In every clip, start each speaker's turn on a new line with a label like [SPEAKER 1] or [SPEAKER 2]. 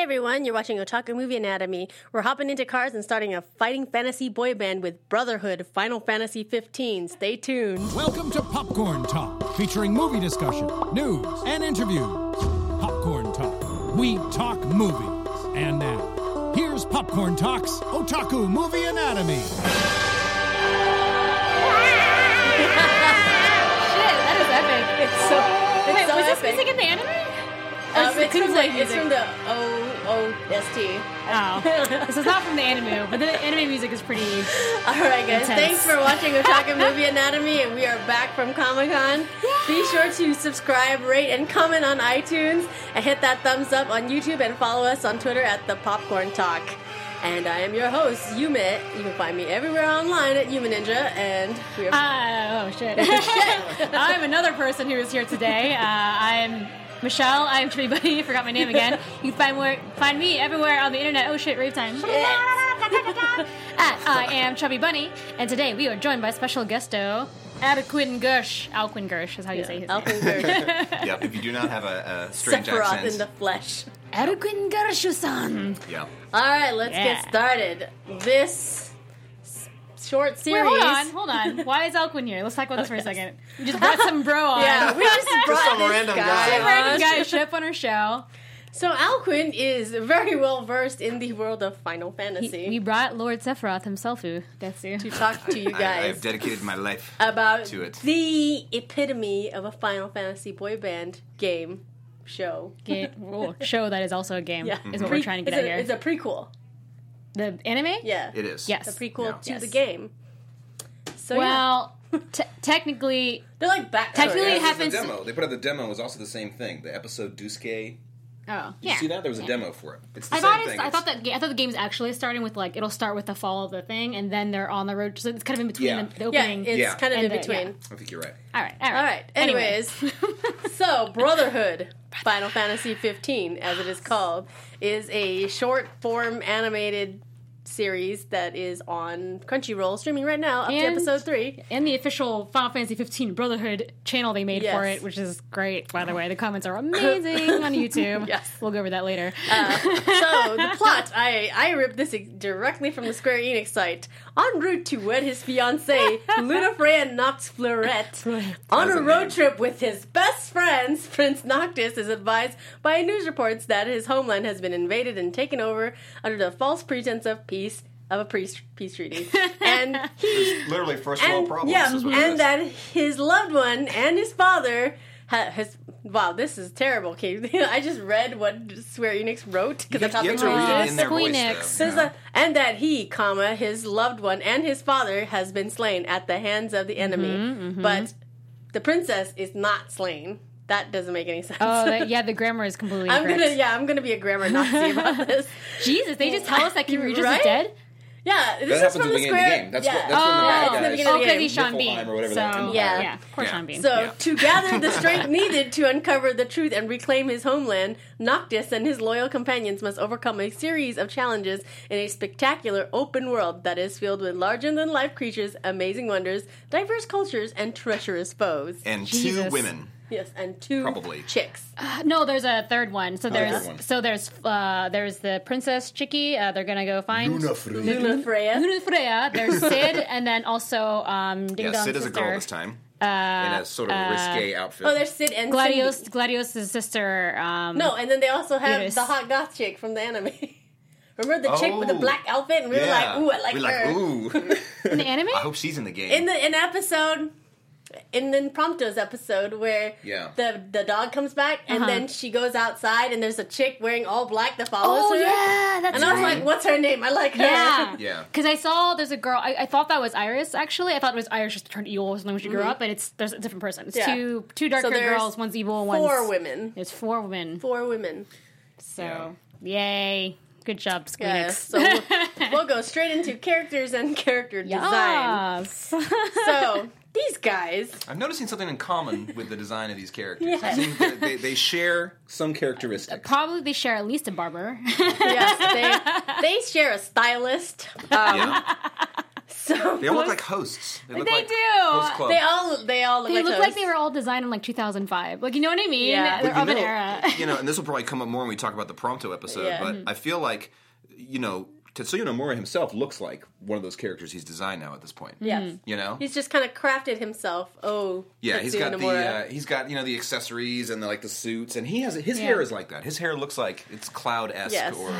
[SPEAKER 1] everyone. You're watching Otaku Movie Anatomy. We're hopping into cars and starting a fighting fantasy boy band with Brotherhood Final Fantasy 15. Stay tuned.
[SPEAKER 2] Welcome to Popcorn Talk, featuring movie discussion, news, and interviews. Popcorn Talk. We talk movies. And now, here's Popcorn Talk's Otaku Movie Anatomy.
[SPEAKER 3] that is epic.
[SPEAKER 1] It's so, it's
[SPEAKER 3] Wait,
[SPEAKER 1] so
[SPEAKER 3] was this
[SPEAKER 1] epic.
[SPEAKER 3] music in the anime? Or
[SPEAKER 1] Um,
[SPEAKER 3] is it
[SPEAKER 1] it's, from the,
[SPEAKER 3] Kunzai
[SPEAKER 1] it's
[SPEAKER 3] music?
[SPEAKER 1] from the OOST.
[SPEAKER 3] Oh. this is not from the anime, but the anime music is pretty.
[SPEAKER 1] All right, guys.
[SPEAKER 3] Intense.
[SPEAKER 1] Thanks for watching Otaku Movie Anatomy, and we are back from Comic Con. Be sure to subscribe, rate, and comment on iTunes, and hit that thumbs up on YouTube, and follow us on Twitter at the Popcorn Talk. And I am your host, Yume. You can find me everywhere online at Yuma Ninja, and we are.
[SPEAKER 3] Uh, oh shit! I'm another person who is here today. Uh, I'm Michelle. I'm everybody. Forgot my name again. You can find more, find me everywhere on the internet. Oh shit! Rave time. At I am Chubby Bunny, and today we are joined by special guesto, Alquin Gersh. Alquin Gersh is how you say
[SPEAKER 1] Uh,
[SPEAKER 3] his name.
[SPEAKER 1] Alphenberg,
[SPEAKER 4] Yep, if you do not have a, a strange
[SPEAKER 1] Sephiroth in the
[SPEAKER 4] accent.
[SPEAKER 1] flesh.
[SPEAKER 3] Alquin Gersh-san.
[SPEAKER 4] yeah.
[SPEAKER 1] All right, let's
[SPEAKER 3] Yeah.
[SPEAKER 1] get started. This s- short
[SPEAKER 3] Wait,
[SPEAKER 1] series.
[SPEAKER 3] hold on, hold on. Why is Alquin here? Let's talk about this for a second. We just brought some bro on.
[SPEAKER 1] Yeah, Uh, we just brought
[SPEAKER 4] some
[SPEAKER 1] this
[SPEAKER 4] random
[SPEAKER 1] guy.
[SPEAKER 4] guy.
[SPEAKER 3] Some random guy showed up on our show.
[SPEAKER 1] So Alcuin is very well versed in the world of Final Fantasy.
[SPEAKER 3] We brought Lord Sephiroth himself, who that's you.
[SPEAKER 1] to talk to you
[SPEAKER 4] I, I've
[SPEAKER 1] guys Uh,
[SPEAKER 4] dedicated my life.
[SPEAKER 1] about
[SPEAKER 4] to it.
[SPEAKER 1] the epitome of a Final Fantasy boy band game show.
[SPEAKER 3] Ga- oh, show that is also a game
[SPEAKER 1] Yeah,
[SPEAKER 3] is what
[SPEAKER 1] Pre-
[SPEAKER 3] we're trying to get
[SPEAKER 1] it's
[SPEAKER 3] at
[SPEAKER 1] a,
[SPEAKER 3] here.
[SPEAKER 1] It's a prequel.
[SPEAKER 3] the anime?
[SPEAKER 1] Yeah,
[SPEAKER 4] It is.
[SPEAKER 3] Yes.
[SPEAKER 1] It's a prequel
[SPEAKER 4] Yeah.
[SPEAKER 1] to
[SPEAKER 3] Yes.
[SPEAKER 1] the game. So yeah,
[SPEAKER 3] Well, te- technically,
[SPEAKER 1] they're like back.
[SPEAKER 3] Technically-
[SPEAKER 1] stories.
[SPEAKER 3] It
[SPEAKER 5] It
[SPEAKER 3] happens-
[SPEAKER 5] The demo. They put out the demo. It was also the same thing. The episode Duske. Did
[SPEAKER 3] oh
[SPEAKER 5] you
[SPEAKER 3] yeah.
[SPEAKER 5] see that? There was a demo for it. It's the
[SPEAKER 3] I
[SPEAKER 5] same
[SPEAKER 3] thought it's,
[SPEAKER 5] thing.
[SPEAKER 3] I
[SPEAKER 5] It's-
[SPEAKER 3] thought that ga- I thought the game's actually starting with like it'll start with the fall of the thing, and then they're on the road. So it's kind of in between
[SPEAKER 5] Yeah.
[SPEAKER 3] the, the
[SPEAKER 1] yeah,
[SPEAKER 3] opening.
[SPEAKER 1] it's
[SPEAKER 5] Yeah.
[SPEAKER 1] kind of
[SPEAKER 3] And
[SPEAKER 1] in
[SPEAKER 3] the-
[SPEAKER 1] between.
[SPEAKER 3] yeah.
[SPEAKER 5] I think you're right.
[SPEAKER 3] all right, all right,
[SPEAKER 1] All right.
[SPEAKER 3] Anyway.
[SPEAKER 1] Anyways, so Brotherhood, Final Fantasy 15, as it is called, is a short form animated series that is on Crunchyroll, streaming right now up to
[SPEAKER 3] And-
[SPEAKER 1] episode three.
[SPEAKER 3] and the official Final Fantasy 15 Brotherhood channel they made for
[SPEAKER 1] Yes.
[SPEAKER 3] it, which is great. By the way, the comments are amazing on YouTube.
[SPEAKER 1] Yes.
[SPEAKER 3] we'll go over that later.
[SPEAKER 1] So the plot, I I ripped this directly from the Square Enix site. En route to wed his fiancée, Lunafreya Nox Fleuret, on
[SPEAKER 5] That's a
[SPEAKER 1] a road
[SPEAKER 5] name.
[SPEAKER 1] trip with his best friends, Prince Noctis is advised by news reports that his homeland has been invaded and taken over under the false pretense of peace of a peace peace treaty, and he
[SPEAKER 4] Literally first
[SPEAKER 1] and
[SPEAKER 4] world problems.
[SPEAKER 1] yeah,
[SPEAKER 4] is what it
[SPEAKER 1] and
[SPEAKER 4] is.
[SPEAKER 1] that his loved one and his father ha- has. Wow, this is terrible, Kate. I just read what Square Enix wrote because
[SPEAKER 4] you
[SPEAKER 1] that's
[SPEAKER 4] have,
[SPEAKER 1] how
[SPEAKER 4] you
[SPEAKER 1] they
[SPEAKER 4] have to
[SPEAKER 1] wrote
[SPEAKER 4] read
[SPEAKER 1] it.
[SPEAKER 4] it in their
[SPEAKER 3] Squeenix.
[SPEAKER 4] voice.
[SPEAKER 1] Says
[SPEAKER 4] Though.
[SPEAKER 1] that- and that he, comma, his loved one and his father has been slain at the hands of the enemy, but the princess is not slain. That doesn't make any sense.
[SPEAKER 3] oh, that, yeah, the grammar is completely.
[SPEAKER 1] I'm gonna,
[SPEAKER 3] incorrect.
[SPEAKER 1] yeah, I'm gonna be a grammar Nazi about this.
[SPEAKER 3] Jesus, they just tell us that King Regis
[SPEAKER 1] Right?
[SPEAKER 3] is dead.
[SPEAKER 1] Yeah, this
[SPEAKER 5] That
[SPEAKER 1] is
[SPEAKER 5] happens
[SPEAKER 1] from
[SPEAKER 5] at the
[SPEAKER 1] the
[SPEAKER 5] beginning of the
[SPEAKER 1] square.
[SPEAKER 5] game. That's
[SPEAKER 1] yeah.
[SPEAKER 5] what- that's when the bad
[SPEAKER 1] it's in the
[SPEAKER 5] guys-
[SPEAKER 1] beginning
[SPEAKER 3] Oh,
[SPEAKER 1] of the
[SPEAKER 3] because
[SPEAKER 1] game.
[SPEAKER 3] he's Sean Bean.
[SPEAKER 5] Niflheim or whatever
[SPEAKER 3] so
[SPEAKER 5] that empire
[SPEAKER 3] yeah,
[SPEAKER 1] is.
[SPEAKER 3] yeah, poor
[SPEAKER 4] Yeah.
[SPEAKER 3] Sean Bean.
[SPEAKER 1] So,
[SPEAKER 4] Yeah.
[SPEAKER 1] to gather the strength needed to uncover the truth and reclaim his homeland, Noctis and his loyal companions must overcome a series of challenges in a spectacular open world that is filled with larger than life creatures, amazing wonders, diverse cultures, and treacherous foes.
[SPEAKER 4] And two
[SPEAKER 3] Jesus.
[SPEAKER 4] women.
[SPEAKER 1] yes, and two
[SPEAKER 4] Probably.
[SPEAKER 1] chicks.
[SPEAKER 3] no, there's a third one. So there's
[SPEAKER 5] third one.
[SPEAKER 3] so there's uh, there's the princess Chicky. Uh, they're gonna go find
[SPEAKER 1] Luna Freya.
[SPEAKER 3] Luna Freya. There's Sid, and then also um, Ding
[SPEAKER 4] Yeah,
[SPEAKER 3] Dong
[SPEAKER 4] Sid is
[SPEAKER 3] sister.
[SPEAKER 4] a girl this time. in a sort of risque outfit.
[SPEAKER 1] Uh, Oh, there's Sid and
[SPEAKER 3] Gladios,
[SPEAKER 1] Cindy.
[SPEAKER 3] Gladios' sister. Um,
[SPEAKER 1] No, and then they also have
[SPEAKER 3] Iris.
[SPEAKER 1] the hot goth chick from the anime. Remember the chick with the
[SPEAKER 4] Oh.
[SPEAKER 1] black outfit? And we
[SPEAKER 4] yeah.
[SPEAKER 1] were like, ooh, I like
[SPEAKER 4] We're
[SPEAKER 1] her.
[SPEAKER 4] ooh.
[SPEAKER 3] in the anime.
[SPEAKER 4] I hope she's in the game.
[SPEAKER 1] in the in episode in the Prompto's episode where
[SPEAKER 5] Yeah.
[SPEAKER 1] the the dog comes back and
[SPEAKER 3] Uh-huh.
[SPEAKER 1] then she goes outside and there's a chick wearing all black that follows
[SPEAKER 3] Oh
[SPEAKER 1] her.
[SPEAKER 3] yeah, that's
[SPEAKER 1] And I was like, what's her name? I like her.
[SPEAKER 3] Yeah.
[SPEAKER 5] Yeah.
[SPEAKER 3] Because I saw there's a girl. I, I thought that was Iris. Actually, I thought it was Iris just turned evil or something when she grew up. But it's there's a different person. It's
[SPEAKER 1] Mm-hmm. Yeah.
[SPEAKER 3] two two dark
[SPEAKER 1] So
[SPEAKER 3] haired
[SPEAKER 1] there's
[SPEAKER 3] girls. One's evil. One's
[SPEAKER 1] Four women.
[SPEAKER 3] It's four women.
[SPEAKER 1] Four women.
[SPEAKER 3] So yay, good job, Squeenix.
[SPEAKER 1] Yeah, so we'll, we'll go straight into characters and character design.
[SPEAKER 3] Yes.
[SPEAKER 1] So these guys,
[SPEAKER 4] I'm noticing something in common with the design of these characters.
[SPEAKER 1] Yeah.
[SPEAKER 4] I think that they, they share.
[SPEAKER 5] Some characteristics.
[SPEAKER 3] Probably they share at least a barber.
[SPEAKER 1] yes, they, they share a stylist. Um,
[SPEAKER 4] Yeah.
[SPEAKER 1] So
[SPEAKER 4] They all look
[SPEAKER 1] most-
[SPEAKER 4] like hosts. They, look
[SPEAKER 3] They
[SPEAKER 4] like
[SPEAKER 3] do.
[SPEAKER 4] Host club.
[SPEAKER 1] They all they all look
[SPEAKER 3] They
[SPEAKER 1] like
[SPEAKER 3] look
[SPEAKER 1] hosts.
[SPEAKER 3] like they were all designed in like 2005. Like you know what I mean?
[SPEAKER 1] Yeah. But
[SPEAKER 3] They're
[SPEAKER 4] you
[SPEAKER 3] of an
[SPEAKER 4] know-
[SPEAKER 3] era.
[SPEAKER 4] you know, and this will probably come up more when we talk about the Prompto episode,
[SPEAKER 1] Yeah.
[SPEAKER 4] but I feel like, you know, Tetsuya Nomura himself looks like one of those characters he's designed now at this point.
[SPEAKER 1] Yes.
[SPEAKER 4] You know?
[SPEAKER 1] He's just kind of crafted himself. Oh,
[SPEAKER 4] yeah, he's
[SPEAKER 1] Tetsuya
[SPEAKER 4] got the
[SPEAKER 1] Nomura.
[SPEAKER 4] uh, he's got, you know, the accessories and the, like the suits and he has his hair is like that. His hair looks like it's cloud-esque
[SPEAKER 1] Yes.
[SPEAKER 4] or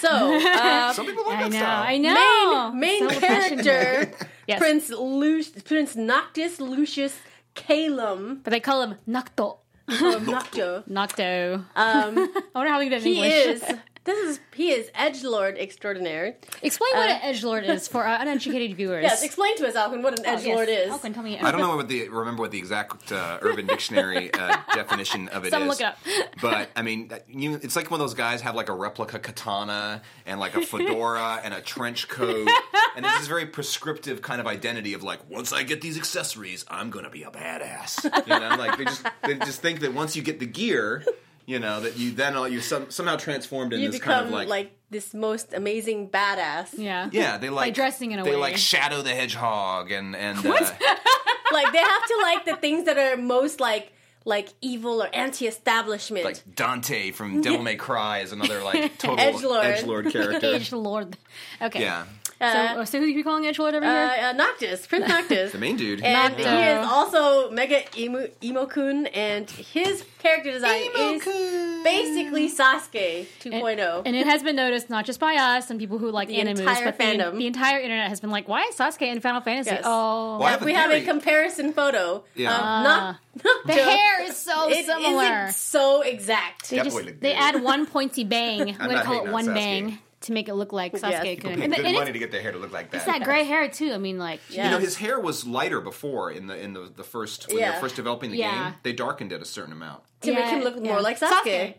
[SPEAKER 1] so uh,
[SPEAKER 4] some people like
[SPEAKER 3] I
[SPEAKER 4] that
[SPEAKER 3] know.
[SPEAKER 4] style.
[SPEAKER 3] I know.
[SPEAKER 1] main main
[SPEAKER 3] So professional.
[SPEAKER 1] character
[SPEAKER 3] Yes.
[SPEAKER 1] Prince Lu- Prince Noctis Lucius Calum
[SPEAKER 3] But they call him Nocto.
[SPEAKER 1] or Nocto.
[SPEAKER 3] Nocto. Um, I wonder how we get it in
[SPEAKER 1] He
[SPEAKER 3] English.
[SPEAKER 1] is this is he is edge lord extraordinaire.
[SPEAKER 3] Explain what an edge lord is for our uneducated viewers.
[SPEAKER 1] Uh, Yes, explain to us, Alvin, what an
[SPEAKER 3] Oh,
[SPEAKER 1] edge lord is.
[SPEAKER 3] Alkin, tell me.
[SPEAKER 4] I don't know what the remember what the exact uh, Urban Dictionary uh, definition of it is.
[SPEAKER 3] Someone look it up.
[SPEAKER 4] But I mean, that- you, it's like when those guys have like a replica katana and like a fedora and a trench coat, and this is very prescriptive kind of identity of like once I get these accessories, I'm gonna be a badass. You know, like they just they just think that once you get the gear. You know that you then are- you some, somehow transformed in
[SPEAKER 1] You
[SPEAKER 4] this
[SPEAKER 1] become
[SPEAKER 4] kind of
[SPEAKER 1] like, this most amazing badass.
[SPEAKER 3] Yeah.
[SPEAKER 4] yeah they like
[SPEAKER 3] dressing in a
[SPEAKER 4] they
[SPEAKER 3] way.
[SPEAKER 4] like shadow the hedgehog and and Uh,
[SPEAKER 1] like they have to like the things that are most like like evil or anti-establishment.
[SPEAKER 4] like Dante from Devil May Cry is another like total
[SPEAKER 1] Edgelord.
[SPEAKER 4] edgelord character.
[SPEAKER 3] Edge lord. Okay.
[SPEAKER 4] yeah,
[SPEAKER 3] So, so who are you calling edge lord over
[SPEAKER 1] uh,
[SPEAKER 3] here?
[SPEAKER 1] uh, Noctis, Prince Noctis.
[SPEAKER 4] the main dude.
[SPEAKER 1] And he
[SPEAKER 3] Nocto.
[SPEAKER 1] is also Mega Emo, Emo Kun, and his character design is basically Sasuke 2.0.
[SPEAKER 3] Mm. And it has been noticed not just by us and people who like
[SPEAKER 1] oh. The
[SPEAKER 3] animus,
[SPEAKER 1] entire
[SPEAKER 3] but the-
[SPEAKER 1] fandom.
[SPEAKER 3] The, entire internet has been like, why is Sasuke in Final Fantasy?
[SPEAKER 1] Yes.
[SPEAKER 3] Oh,
[SPEAKER 4] Well, I have a
[SPEAKER 1] we have a
[SPEAKER 4] theory.
[SPEAKER 1] comparison photo.
[SPEAKER 3] Uh,
[SPEAKER 4] Yeah.
[SPEAKER 1] of
[SPEAKER 4] Ah.
[SPEAKER 1] Noc-
[SPEAKER 3] the
[SPEAKER 1] Nocto.
[SPEAKER 3] hair is so
[SPEAKER 1] It
[SPEAKER 3] similar.
[SPEAKER 1] isn't so exact.
[SPEAKER 3] they
[SPEAKER 4] That
[SPEAKER 3] just
[SPEAKER 4] boy look
[SPEAKER 3] they
[SPEAKER 4] good.
[SPEAKER 3] add one pointy bang. I'm, gonna
[SPEAKER 4] not
[SPEAKER 3] call
[SPEAKER 4] hating
[SPEAKER 3] it
[SPEAKER 4] on
[SPEAKER 3] one
[SPEAKER 4] Sasuke.
[SPEAKER 3] bang to make it look like Sasuke.
[SPEAKER 4] People
[SPEAKER 3] Kun.
[SPEAKER 4] pay
[SPEAKER 3] And,
[SPEAKER 4] good
[SPEAKER 3] and
[SPEAKER 4] money
[SPEAKER 3] it's,
[SPEAKER 4] to get their hair to look like that.
[SPEAKER 3] it's that gray hair too. I mean, like
[SPEAKER 1] Yeah.
[SPEAKER 4] You know, his hair was lighter before in the in the, the first when they
[SPEAKER 1] Yeah.
[SPEAKER 4] were first developing the
[SPEAKER 3] Yeah.
[SPEAKER 4] game. They darkened it a certain amount.
[SPEAKER 1] to make him
[SPEAKER 3] Yeah,
[SPEAKER 1] look
[SPEAKER 3] yeah.
[SPEAKER 1] more like Sasuke.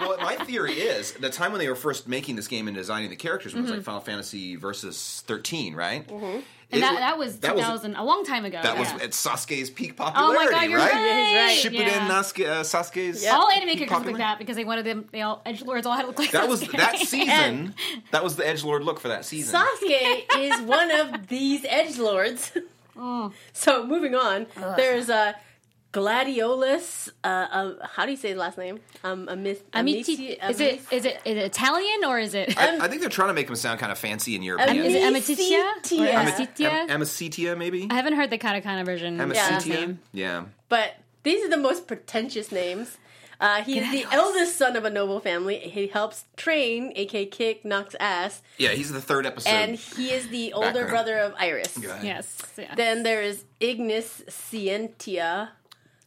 [SPEAKER 4] well, my theory is the time when they were first making this game and designing the characters when
[SPEAKER 3] Mm-hmm.
[SPEAKER 4] it was like Final Fantasy versus thirteen, right? Mm-hmm.
[SPEAKER 3] And that, that was 2000, a long time ago.
[SPEAKER 4] That was
[SPEAKER 3] yeah.
[SPEAKER 4] at Sasuke's peak
[SPEAKER 3] Oh
[SPEAKER 4] popularity,
[SPEAKER 3] my god, you're
[SPEAKER 4] right?
[SPEAKER 3] right.
[SPEAKER 1] Yeah, he's
[SPEAKER 4] Shippuden
[SPEAKER 3] Yeah.
[SPEAKER 4] Nasuke, uh, Sasuke's
[SPEAKER 3] All
[SPEAKER 4] peak
[SPEAKER 3] anime characters look like
[SPEAKER 4] popularity.
[SPEAKER 3] that because they wanted them. They all edge lords all had to look like
[SPEAKER 4] That was
[SPEAKER 3] Sasuke.
[SPEAKER 4] that season. that was the edge lord look for that season.
[SPEAKER 1] Sasuke is one of these edge lords.
[SPEAKER 3] Mm.
[SPEAKER 1] So moving on, there's a Gladiolus. Uh, uh, how do you say his last name? Um, Amis-
[SPEAKER 3] Amiti, is it is it is it Italian or is it
[SPEAKER 4] I, I think they're trying to make him sound kind of fancy and European.
[SPEAKER 3] is it
[SPEAKER 1] Amicitia.
[SPEAKER 3] Amititia or
[SPEAKER 1] Ami-
[SPEAKER 3] Amicitia?
[SPEAKER 4] Am- Amicitia, maybe.
[SPEAKER 3] I haven't heard the katakana version. of his
[SPEAKER 4] Amicitia.
[SPEAKER 3] name.
[SPEAKER 4] Yeah.
[SPEAKER 1] But these are the most pretentious names. Uh, he is the eldest son of a noble family. He helps train, aka kick, knocks ass,
[SPEAKER 4] Yeah. He's the third episode.
[SPEAKER 1] and he is the older
[SPEAKER 4] Background.
[SPEAKER 1] brother of Iris.
[SPEAKER 4] Go ahead.
[SPEAKER 3] Yes, yeah.
[SPEAKER 1] Then there is Ignis Scientia,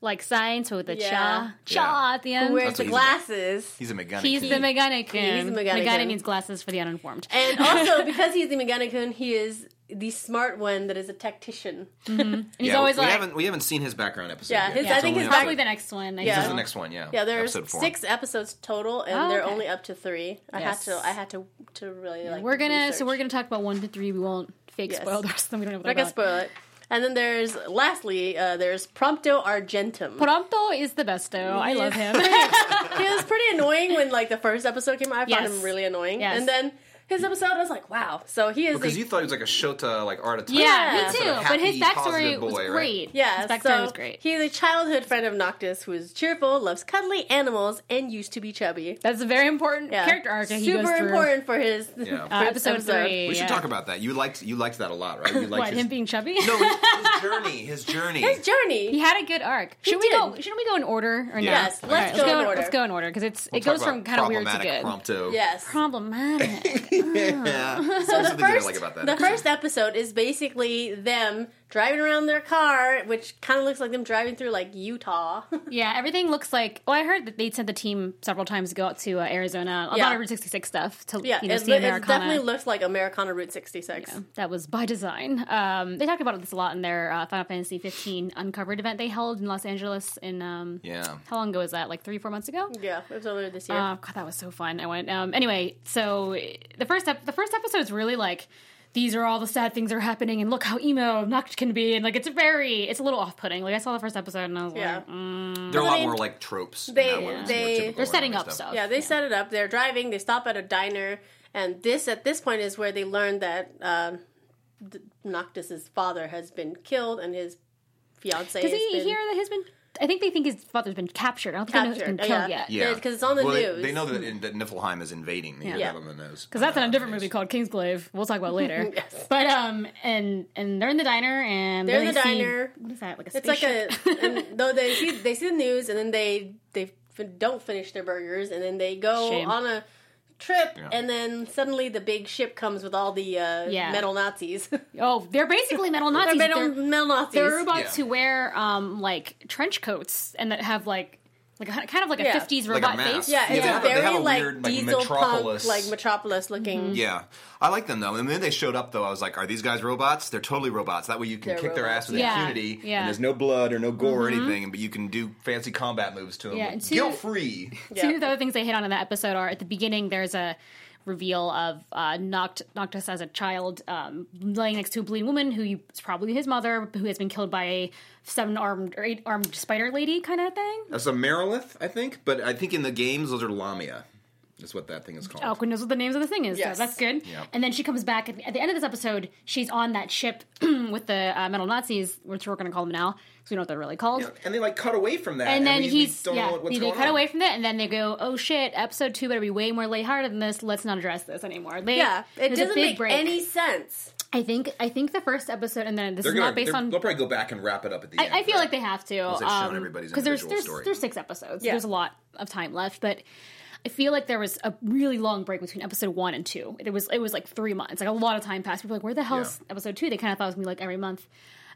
[SPEAKER 3] like science with a
[SPEAKER 1] Yeah.
[SPEAKER 3] cha cha at the
[SPEAKER 1] who
[SPEAKER 3] end.
[SPEAKER 1] wears
[SPEAKER 4] what
[SPEAKER 1] the
[SPEAKER 4] he's about.
[SPEAKER 1] glasses.
[SPEAKER 4] He's a Megane.
[SPEAKER 3] He's the
[SPEAKER 4] king.
[SPEAKER 3] Megane
[SPEAKER 1] He's
[SPEAKER 3] Kun.
[SPEAKER 1] the Megane
[SPEAKER 3] Megane
[SPEAKER 1] Kun.
[SPEAKER 3] means glasses for the uninformed.
[SPEAKER 1] And also, because he's the Megane Kun, he is the smart one that is a tactician.
[SPEAKER 3] And he's
[SPEAKER 4] Yeah,
[SPEAKER 3] always
[SPEAKER 4] we
[SPEAKER 3] like,
[SPEAKER 4] haven't we haven't seen his background episode.
[SPEAKER 1] Yeah,
[SPEAKER 4] yet.
[SPEAKER 1] his-
[SPEAKER 4] It's
[SPEAKER 1] I think
[SPEAKER 4] only
[SPEAKER 1] his
[SPEAKER 4] episode-
[SPEAKER 3] probably the next one. I
[SPEAKER 1] Yeah.
[SPEAKER 4] This
[SPEAKER 3] guess.
[SPEAKER 4] is the next one. Yeah.
[SPEAKER 1] Yeah, there's
[SPEAKER 4] Episode four.
[SPEAKER 1] six episodes total, and
[SPEAKER 3] Oh,
[SPEAKER 1] they're
[SPEAKER 3] okay.
[SPEAKER 1] only up to three. I had
[SPEAKER 3] Yes.
[SPEAKER 1] to, I had to, to really like.
[SPEAKER 3] We're gonna so
[SPEAKER 1] research.
[SPEAKER 3] we're gonna talk about one to three. We won't fake
[SPEAKER 1] Yes.
[SPEAKER 3] spoil the rest of them. We don't know
[SPEAKER 1] Not
[SPEAKER 3] what
[SPEAKER 1] gonna
[SPEAKER 3] they're about.
[SPEAKER 1] spoil it. And then there's lastly, uh, there's Prompto Argentum.
[SPEAKER 3] Prompto is the besto. I love him.
[SPEAKER 1] he was pretty annoying when like the first episode came out. I
[SPEAKER 3] Yes.
[SPEAKER 1] found him really annoying,
[SPEAKER 3] Yes.
[SPEAKER 1] and then his episode I was like, wow. So he is
[SPEAKER 4] Because
[SPEAKER 1] a,
[SPEAKER 4] you thought he was like a Shota like art attack.
[SPEAKER 3] yeah, me
[SPEAKER 1] Yeah.
[SPEAKER 3] too.
[SPEAKER 4] Sort of
[SPEAKER 3] but his
[SPEAKER 4] happy,
[SPEAKER 3] backstory
[SPEAKER 4] positive
[SPEAKER 3] was
[SPEAKER 4] boy, right?
[SPEAKER 3] great.
[SPEAKER 1] yeah.
[SPEAKER 3] his backstory
[SPEAKER 1] so
[SPEAKER 3] was great.
[SPEAKER 1] he's a childhood friend of Noctis who is cheerful, loves cuddly animals, and used to be chubby.
[SPEAKER 3] That's a very important
[SPEAKER 1] Yeah.
[SPEAKER 3] character arc. that he
[SPEAKER 1] Super
[SPEAKER 3] goes through.
[SPEAKER 1] important for his
[SPEAKER 4] Yeah.
[SPEAKER 1] for
[SPEAKER 3] Uh,
[SPEAKER 1] his
[SPEAKER 3] episode, three.
[SPEAKER 4] We should
[SPEAKER 3] yeah.
[SPEAKER 4] talk about that. You liked you liked that a lot, right? You liked
[SPEAKER 3] what
[SPEAKER 4] his,
[SPEAKER 3] him being chubby.
[SPEAKER 4] no, his, his journey, his journey.
[SPEAKER 1] His journey.
[SPEAKER 3] He had a good arc. Should we
[SPEAKER 1] did.
[SPEAKER 3] go? Shouldn't we go in order? Or
[SPEAKER 4] Yeah.
[SPEAKER 1] Yes,
[SPEAKER 3] No?
[SPEAKER 1] let's
[SPEAKER 3] All
[SPEAKER 1] go in order.
[SPEAKER 3] Let's go in order because it's it
[SPEAKER 4] Talk
[SPEAKER 3] goes from
[SPEAKER 4] about
[SPEAKER 3] kind of weird to good.
[SPEAKER 4] problematic Prompto.
[SPEAKER 1] Yes.
[SPEAKER 3] Problematic.
[SPEAKER 4] Yeah.
[SPEAKER 1] So the
[SPEAKER 4] something I
[SPEAKER 1] first,
[SPEAKER 4] like about that.
[SPEAKER 1] the first episode is basically them driving around their car, which kind of looks like them driving through like Utah.
[SPEAKER 3] yeah, everything looks like. Oh, I heard that they sent the team several times to go out to uh, Arizona, a
[SPEAKER 1] Yeah.
[SPEAKER 3] lot of Route 66 stuff to
[SPEAKER 1] yeah,
[SPEAKER 3] you know,
[SPEAKER 1] it,
[SPEAKER 3] see
[SPEAKER 1] it
[SPEAKER 3] Americana.
[SPEAKER 1] definitely looks like Americana Route 66.
[SPEAKER 3] that was by design. Um, they talked about this a lot in their uh, Final Fantasy 15 Uncovered event they held in Los Angeles. In um,
[SPEAKER 4] Yeah.
[SPEAKER 1] Mm-hmm.
[SPEAKER 3] how long ago was that? Like three, four months ago.
[SPEAKER 1] Yeah, it was earlier this year.
[SPEAKER 3] Oh god, that was so fun. I went. Um, anyway, so the first ep- the first episode is really like these are all the sad things that are happening, and look how emo Noct can be, and like it's very it's a little off putting. Like I saw the first episode and I was
[SPEAKER 1] yeah.
[SPEAKER 3] like, mm,
[SPEAKER 4] They're a lot
[SPEAKER 1] they-
[SPEAKER 4] more like tropes. than
[SPEAKER 1] they-
[SPEAKER 4] that one. It's more
[SPEAKER 1] they-
[SPEAKER 4] typical
[SPEAKER 3] they're setting
[SPEAKER 4] anime
[SPEAKER 3] up stuff.
[SPEAKER 1] Yeah, they set it up. They're driving. They stop at a diner, and this at this point is where they learn that um, D- Noctis's father has been killed and his fiance
[SPEAKER 3] Does
[SPEAKER 1] has
[SPEAKER 3] he
[SPEAKER 1] been
[SPEAKER 3] hear that his been? I think they think his father's been captured. I don't think they know he's
[SPEAKER 1] Captured, Oh,
[SPEAKER 3] been killed
[SPEAKER 1] yeah.
[SPEAKER 3] yet.
[SPEAKER 1] Yeah, 'cause it's on the
[SPEAKER 4] well, they-
[SPEAKER 1] news.
[SPEAKER 4] They, know that, that Niflheim is invading. Yeah,
[SPEAKER 1] Yeah.
[SPEAKER 4] on the news.
[SPEAKER 3] Because that's in a different movie called Kingsglaive. We'll talk about later.
[SPEAKER 1] Yes.
[SPEAKER 3] But um, and and they're in the diner and
[SPEAKER 1] They're
[SPEAKER 3] then
[SPEAKER 1] in
[SPEAKER 3] they
[SPEAKER 1] the
[SPEAKER 3] see-
[SPEAKER 1] diner.
[SPEAKER 3] What is that? Like a
[SPEAKER 1] It's like a
[SPEAKER 3] spaceship?
[SPEAKER 1] and, no. They see they see the news and then they they f- don't finish their burgers and then they go
[SPEAKER 3] Shame.
[SPEAKER 1] on a trip
[SPEAKER 4] Yeah.
[SPEAKER 1] and then suddenly the big ship comes with all the uh,
[SPEAKER 3] Yeah.
[SPEAKER 1] metal Nazis.
[SPEAKER 3] oh, they're basically metal Nazis.
[SPEAKER 1] They're metal,
[SPEAKER 3] They're-
[SPEAKER 1] metal Nazis.
[SPEAKER 3] They're robots
[SPEAKER 4] Yeah.
[SPEAKER 3] who wear um like trench coats and that have like like a- kind of like a
[SPEAKER 1] Yeah.
[SPEAKER 3] fifties
[SPEAKER 4] Like a
[SPEAKER 3] robot
[SPEAKER 4] mask.
[SPEAKER 3] face.
[SPEAKER 1] yeah,
[SPEAKER 4] Yeah,
[SPEAKER 1] it's
[SPEAKER 4] they
[SPEAKER 1] a
[SPEAKER 4] have a- they
[SPEAKER 1] very
[SPEAKER 4] have a
[SPEAKER 1] like
[SPEAKER 4] weird, like,
[SPEAKER 1] diesel punk,
[SPEAKER 4] Metropolis-
[SPEAKER 1] like metropolis looking.
[SPEAKER 3] Mm-hmm.
[SPEAKER 4] Yeah, I like them though. And then they showed up though. I was like, "Are these guys robots? They're totally robots. That way you can
[SPEAKER 1] They're
[SPEAKER 4] kick their
[SPEAKER 1] robots.
[SPEAKER 4] ass with
[SPEAKER 3] Yeah.
[SPEAKER 4] impunity,
[SPEAKER 3] Yeah. Mm-hmm.
[SPEAKER 4] and there's no blood or no gore or anything. But you can do fancy combat moves to them.
[SPEAKER 3] Yeah,
[SPEAKER 4] Yeah,
[SPEAKER 3] and two-
[SPEAKER 4] guilt free.
[SPEAKER 3] Two
[SPEAKER 1] Yeah.
[SPEAKER 3] of the other things they hit on in that episode are at the beginning. There's a reveal of uh, Noct- Noctis as a child um, laying next to a bleeding woman who you, is probably his mother, who has been killed by a seven armed or eight armed spider lady kind of thing.
[SPEAKER 4] That's a Merilith, I think. But I think in the games those are Lamia. That's what that thing is called.
[SPEAKER 3] Alquin knows what the names of the thing is,
[SPEAKER 1] Yes.
[SPEAKER 3] so that's good.
[SPEAKER 4] Yeah.
[SPEAKER 3] And then she comes back at the, at the end of this episode. She's on that ship with the uh, metal Nazis, which we're going to call them now because we know what they're really called.
[SPEAKER 4] Yeah, And they like cut away from that,
[SPEAKER 3] and then
[SPEAKER 4] we- we
[SPEAKER 3] he's
[SPEAKER 4] don't
[SPEAKER 3] yeah.
[SPEAKER 4] know what's
[SPEAKER 3] they
[SPEAKER 4] going
[SPEAKER 3] cut
[SPEAKER 4] on.
[SPEAKER 3] away from that, and then they go, "Oh shit! Episode two better be way more lighthearted than this. Let's not address this anymore." They,
[SPEAKER 1] Yeah, it
[SPEAKER 3] there's a
[SPEAKER 1] doesn't
[SPEAKER 3] big
[SPEAKER 1] make
[SPEAKER 3] break.
[SPEAKER 1] any sense.
[SPEAKER 3] I think I think the first episode, and then this
[SPEAKER 4] They're
[SPEAKER 3] is
[SPEAKER 4] gonna-
[SPEAKER 3] not based
[SPEAKER 4] they're-
[SPEAKER 3] on.
[SPEAKER 4] They'll probably go back and wrap it up at the end.
[SPEAKER 3] I, I feel
[SPEAKER 4] right?
[SPEAKER 3] like they have to
[SPEAKER 4] they've shown
[SPEAKER 3] um,
[SPEAKER 4] everybody's
[SPEAKER 3] there's
[SPEAKER 4] individual
[SPEAKER 3] there's
[SPEAKER 4] story.
[SPEAKER 3] there's six episodes.
[SPEAKER 1] Yeah.
[SPEAKER 3] There's a lot of time left, but I feel like there was a really long break between episode one and two. It was it was like three months. Like a lot of time passed. People were like, where the hell is
[SPEAKER 4] Yeah.
[SPEAKER 3] episode two? They kind of thought it was gonna be like every month.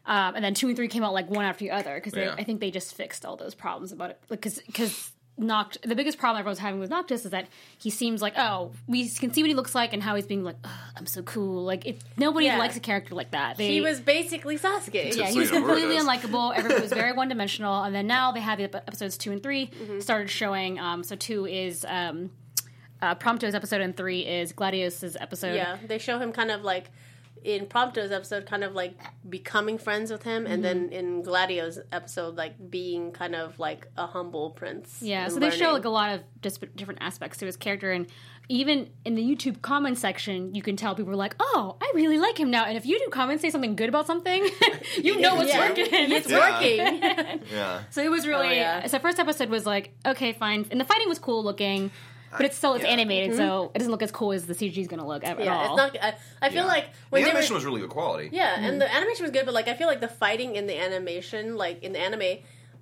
[SPEAKER 3] Um, and then two and three came out like one after the other because
[SPEAKER 4] Yeah.
[SPEAKER 3] I think they just fixed all those problems about it because because. Noct- the biggest problem everyone's having with Noctis is that he seems like oh we can see what he looks like and how he's being like "Ugh, I'm so cool like it, nobody
[SPEAKER 1] Yeah.
[SPEAKER 3] likes a character like that. They,
[SPEAKER 1] He was basically Sasuke.
[SPEAKER 3] yeah,
[SPEAKER 4] It's
[SPEAKER 3] he was
[SPEAKER 4] like a word
[SPEAKER 3] completely
[SPEAKER 4] is.
[SPEAKER 3] unlikable. Everyone was very one dimensional, and then now they have the episodes two and 3
[SPEAKER 1] Mm-hmm.
[SPEAKER 3] started showing. Um, so two is um, uh, Prompto's episode, and three is Gladius's episode.
[SPEAKER 1] Yeah, they show him kind of like in Prompto's episode, kind of like becoming friends with him, and then
[SPEAKER 3] Mm-hmm.
[SPEAKER 1] in Gladio's episode, like being kind of like a humble prince.
[SPEAKER 3] Yeah,
[SPEAKER 1] and
[SPEAKER 3] so they show
[SPEAKER 1] learning.
[SPEAKER 3] like a lot of just different aspects to his character, and even in the YouTube comment section, you can tell people are like, "Oh, I really like him now." And if you do comments, say something good about something, you know what's
[SPEAKER 1] Yeah.
[SPEAKER 3] working.
[SPEAKER 1] It's
[SPEAKER 4] Yeah.
[SPEAKER 1] working.
[SPEAKER 4] yeah.
[SPEAKER 3] So it was really.
[SPEAKER 1] Oh, yeah.
[SPEAKER 3] So first episode was like, okay, fine, and the fighting was cool looking, but it's still it's
[SPEAKER 4] Yeah.
[SPEAKER 3] animated, so it doesn't look as cool as the CG is going to look at, at
[SPEAKER 1] Mm-hmm. yeah,
[SPEAKER 3] all.
[SPEAKER 1] it's not. I, I feel
[SPEAKER 4] Yeah.
[SPEAKER 1] like
[SPEAKER 4] the
[SPEAKER 1] when they
[SPEAKER 4] animation
[SPEAKER 1] were,
[SPEAKER 4] was really good quality.
[SPEAKER 1] yeah,
[SPEAKER 3] Hmm.
[SPEAKER 1] and the animation was good, but like I feel like the fighting in the animation, like in the anime,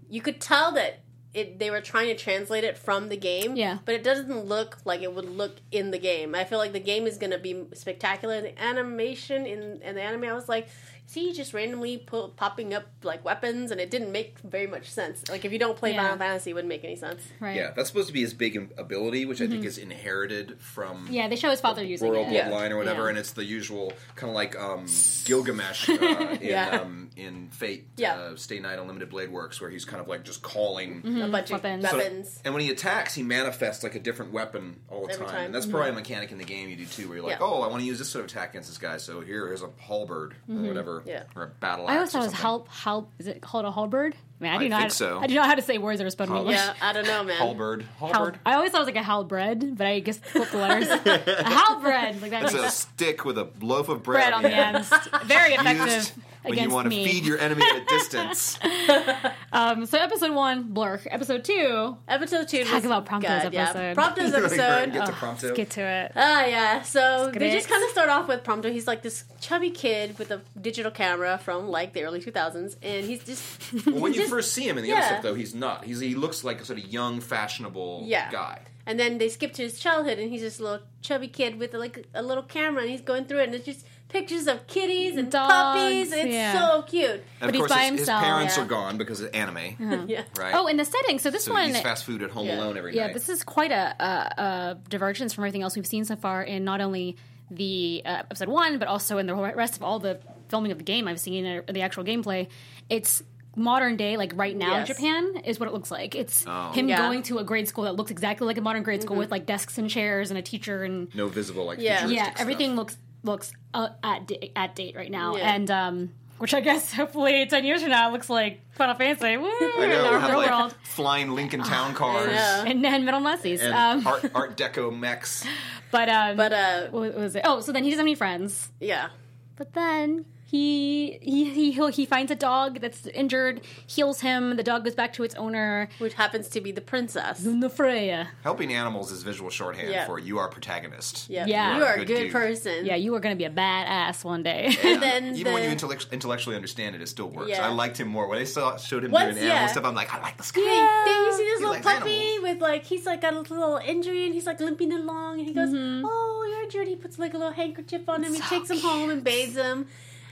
[SPEAKER 1] you could tell that. It, they were trying to translate it from the game,
[SPEAKER 3] Yeah.
[SPEAKER 1] but it doesn't look like it would look in the game. I feel like the game is going to be spectacular. The animation in, in the anime, I was like, see, just randomly po- popping up like weapons, and it didn't make very much sense. Like if you don't play
[SPEAKER 3] Yeah.
[SPEAKER 1] Final Fantasy, it wouldn't make any sense.
[SPEAKER 3] right.
[SPEAKER 5] Yeah, that's supposed to be his big im- ability, which I think is inherited from
[SPEAKER 3] Mm-hmm. Yeah, they show his father using
[SPEAKER 5] royal
[SPEAKER 3] it.
[SPEAKER 1] Yeah.
[SPEAKER 5] bloodline or whatever,
[SPEAKER 3] Yeah.
[SPEAKER 5] and it's the usual kind of like um, Gilgamesh uh, in
[SPEAKER 1] Yeah.
[SPEAKER 5] um, in Fate,
[SPEAKER 1] Yeah.
[SPEAKER 5] uh, Stay Night Unlimited Blade Works, where he's kind of like just calling.
[SPEAKER 3] Mm-hmm.
[SPEAKER 1] A bunch
[SPEAKER 3] weapons.
[SPEAKER 1] of
[SPEAKER 5] So-
[SPEAKER 1] weapons.
[SPEAKER 5] and when he attacks, he manifests like a different weapon all the
[SPEAKER 1] Every
[SPEAKER 5] time.
[SPEAKER 1] time.
[SPEAKER 5] And that's probably a mechanic in the game you do too, where you're like,
[SPEAKER 1] Yeah.
[SPEAKER 5] oh, I want to use this sort of attack against this guy, so here is a halberd or whatever,
[SPEAKER 1] Mm-hmm. Yeah.
[SPEAKER 5] or a battle axe.
[SPEAKER 3] I always
[SPEAKER 5] or
[SPEAKER 3] thought it was
[SPEAKER 5] something.
[SPEAKER 3] help help. Is it called a halberd? I mean, I do
[SPEAKER 4] I
[SPEAKER 3] not.
[SPEAKER 4] think so.
[SPEAKER 3] I do not know how to say words that are spelled in English.
[SPEAKER 1] yeah, I don't know, man.
[SPEAKER 4] Halberd.
[SPEAKER 3] Hal-
[SPEAKER 4] Halberd.
[SPEAKER 3] I always thought it was like a halberd, but I guess flip the letters. a halberd, like that makes
[SPEAKER 4] It's a
[SPEAKER 3] sense.
[SPEAKER 4] stick with a loaf of bread,
[SPEAKER 3] bread on the end. Very
[SPEAKER 4] Used
[SPEAKER 3] effective
[SPEAKER 4] when you
[SPEAKER 3] against
[SPEAKER 4] want
[SPEAKER 3] me.
[SPEAKER 4] to feed your enemy at a distance.
[SPEAKER 3] so episode one, blurk. Episode two,
[SPEAKER 1] Episode two.
[SPEAKER 3] Talk
[SPEAKER 1] was-
[SPEAKER 3] about Prompto's
[SPEAKER 1] God, yeah.
[SPEAKER 3] episode. Oh,
[SPEAKER 1] Prompto's episode.
[SPEAKER 5] Get to
[SPEAKER 3] let's
[SPEAKER 5] Prompto.
[SPEAKER 3] get to it.
[SPEAKER 1] Ah, yeah. So they
[SPEAKER 3] Skibidi.
[SPEAKER 1] just kind of start off with Prompto. He's like this chubby kid with a digital camera from like the early 2000s, and he's just
[SPEAKER 5] Well, when you
[SPEAKER 1] just-
[SPEAKER 5] first see him in the
[SPEAKER 1] yeah.
[SPEAKER 5] other stuff, though, he's not. He's he looks like a sort of young, fashionable
[SPEAKER 1] Yeah.
[SPEAKER 5] guy.
[SPEAKER 1] and then they skip to his childhood, and he's just a little chubby kid with like a little camera, and he's going through it, and it's just pictures of kitties and
[SPEAKER 3] Dogs,
[SPEAKER 1] puppies. It's
[SPEAKER 3] yeah.
[SPEAKER 1] so cute.
[SPEAKER 4] And
[SPEAKER 3] But he's
[SPEAKER 4] of course,
[SPEAKER 3] by
[SPEAKER 4] his, his
[SPEAKER 3] himself,
[SPEAKER 4] parents
[SPEAKER 1] yeah.
[SPEAKER 4] are gone because of anime,
[SPEAKER 1] Yeah.
[SPEAKER 4] right?
[SPEAKER 3] Oh, and the setting. So this
[SPEAKER 4] so
[SPEAKER 3] one,
[SPEAKER 4] he's fast food at home
[SPEAKER 1] Yeah.
[SPEAKER 4] alone every
[SPEAKER 3] yeah,
[SPEAKER 4] night.
[SPEAKER 3] this is quite a, a, a divergence from everything else we've seen so far in not only the uh, episode one, but also in the rest of all the filming of the game I've seen or the actual gameplay. It's modern day, like right now
[SPEAKER 1] Yes.
[SPEAKER 3] Japan is what it looks like. It's him
[SPEAKER 1] Yeah.
[SPEAKER 3] going to a grade school that looks exactly like a modern grade school with like desks and chairs and a teacher and
[SPEAKER 5] No visible like
[SPEAKER 1] Yeah.
[SPEAKER 5] futuristic
[SPEAKER 3] yeah, everything
[SPEAKER 5] stuff.
[SPEAKER 3] looks looks uh, at da- at date right now,
[SPEAKER 1] Yeah.
[SPEAKER 3] and um, which I guess hopefully ten years from now looks like Final Fantasy. Woo,
[SPEAKER 4] I know,
[SPEAKER 3] in
[SPEAKER 4] we'll
[SPEAKER 3] our
[SPEAKER 4] have
[SPEAKER 3] real
[SPEAKER 4] like
[SPEAKER 3] world.
[SPEAKER 4] flying Lincoln Town cars
[SPEAKER 1] know.
[SPEAKER 3] And then Metal Nazis.
[SPEAKER 5] And
[SPEAKER 3] Um,
[SPEAKER 5] art, art Deco mechs.
[SPEAKER 3] but um,
[SPEAKER 1] But uh,
[SPEAKER 3] what was it? Oh, so then he doesn't have any friends.
[SPEAKER 1] yeah.
[SPEAKER 3] But then he he he he'll- he finds a dog that's injured, heals him. The dog goes back to its owner.
[SPEAKER 1] which happens to be the princess.
[SPEAKER 3] The Freya.
[SPEAKER 4] Helping animals is visual shorthand
[SPEAKER 1] Yeah.
[SPEAKER 4] for you are protagonist.
[SPEAKER 1] Yeah,
[SPEAKER 3] Yeah.
[SPEAKER 1] you are a
[SPEAKER 4] Good
[SPEAKER 1] good
[SPEAKER 4] dude.
[SPEAKER 1] person.
[SPEAKER 3] Yeah, you are going to be a badass one day.
[SPEAKER 1] And then
[SPEAKER 4] Even when you
[SPEAKER 1] the-
[SPEAKER 4] intellect- intellectually understand it, it still works.
[SPEAKER 1] Yeah.
[SPEAKER 4] I liked him more when I saw showed him
[SPEAKER 1] Once-
[SPEAKER 4] doing animal
[SPEAKER 1] yeah.
[SPEAKER 4] stuff. I'm like, I like this guy.
[SPEAKER 1] Hey, then you see this
[SPEAKER 4] He
[SPEAKER 1] little
[SPEAKER 4] likes
[SPEAKER 1] puppy
[SPEAKER 4] animals.
[SPEAKER 1] with like he's like got a little injury and he's like limping along and he goes,
[SPEAKER 3] Mm-hmm.
[SPEAKER 1] "Oh, you're injured." He puts like a little handkerchief on him. he
[SPEAKER 3] So
[SPEAKER 1] takes him home and bathes him.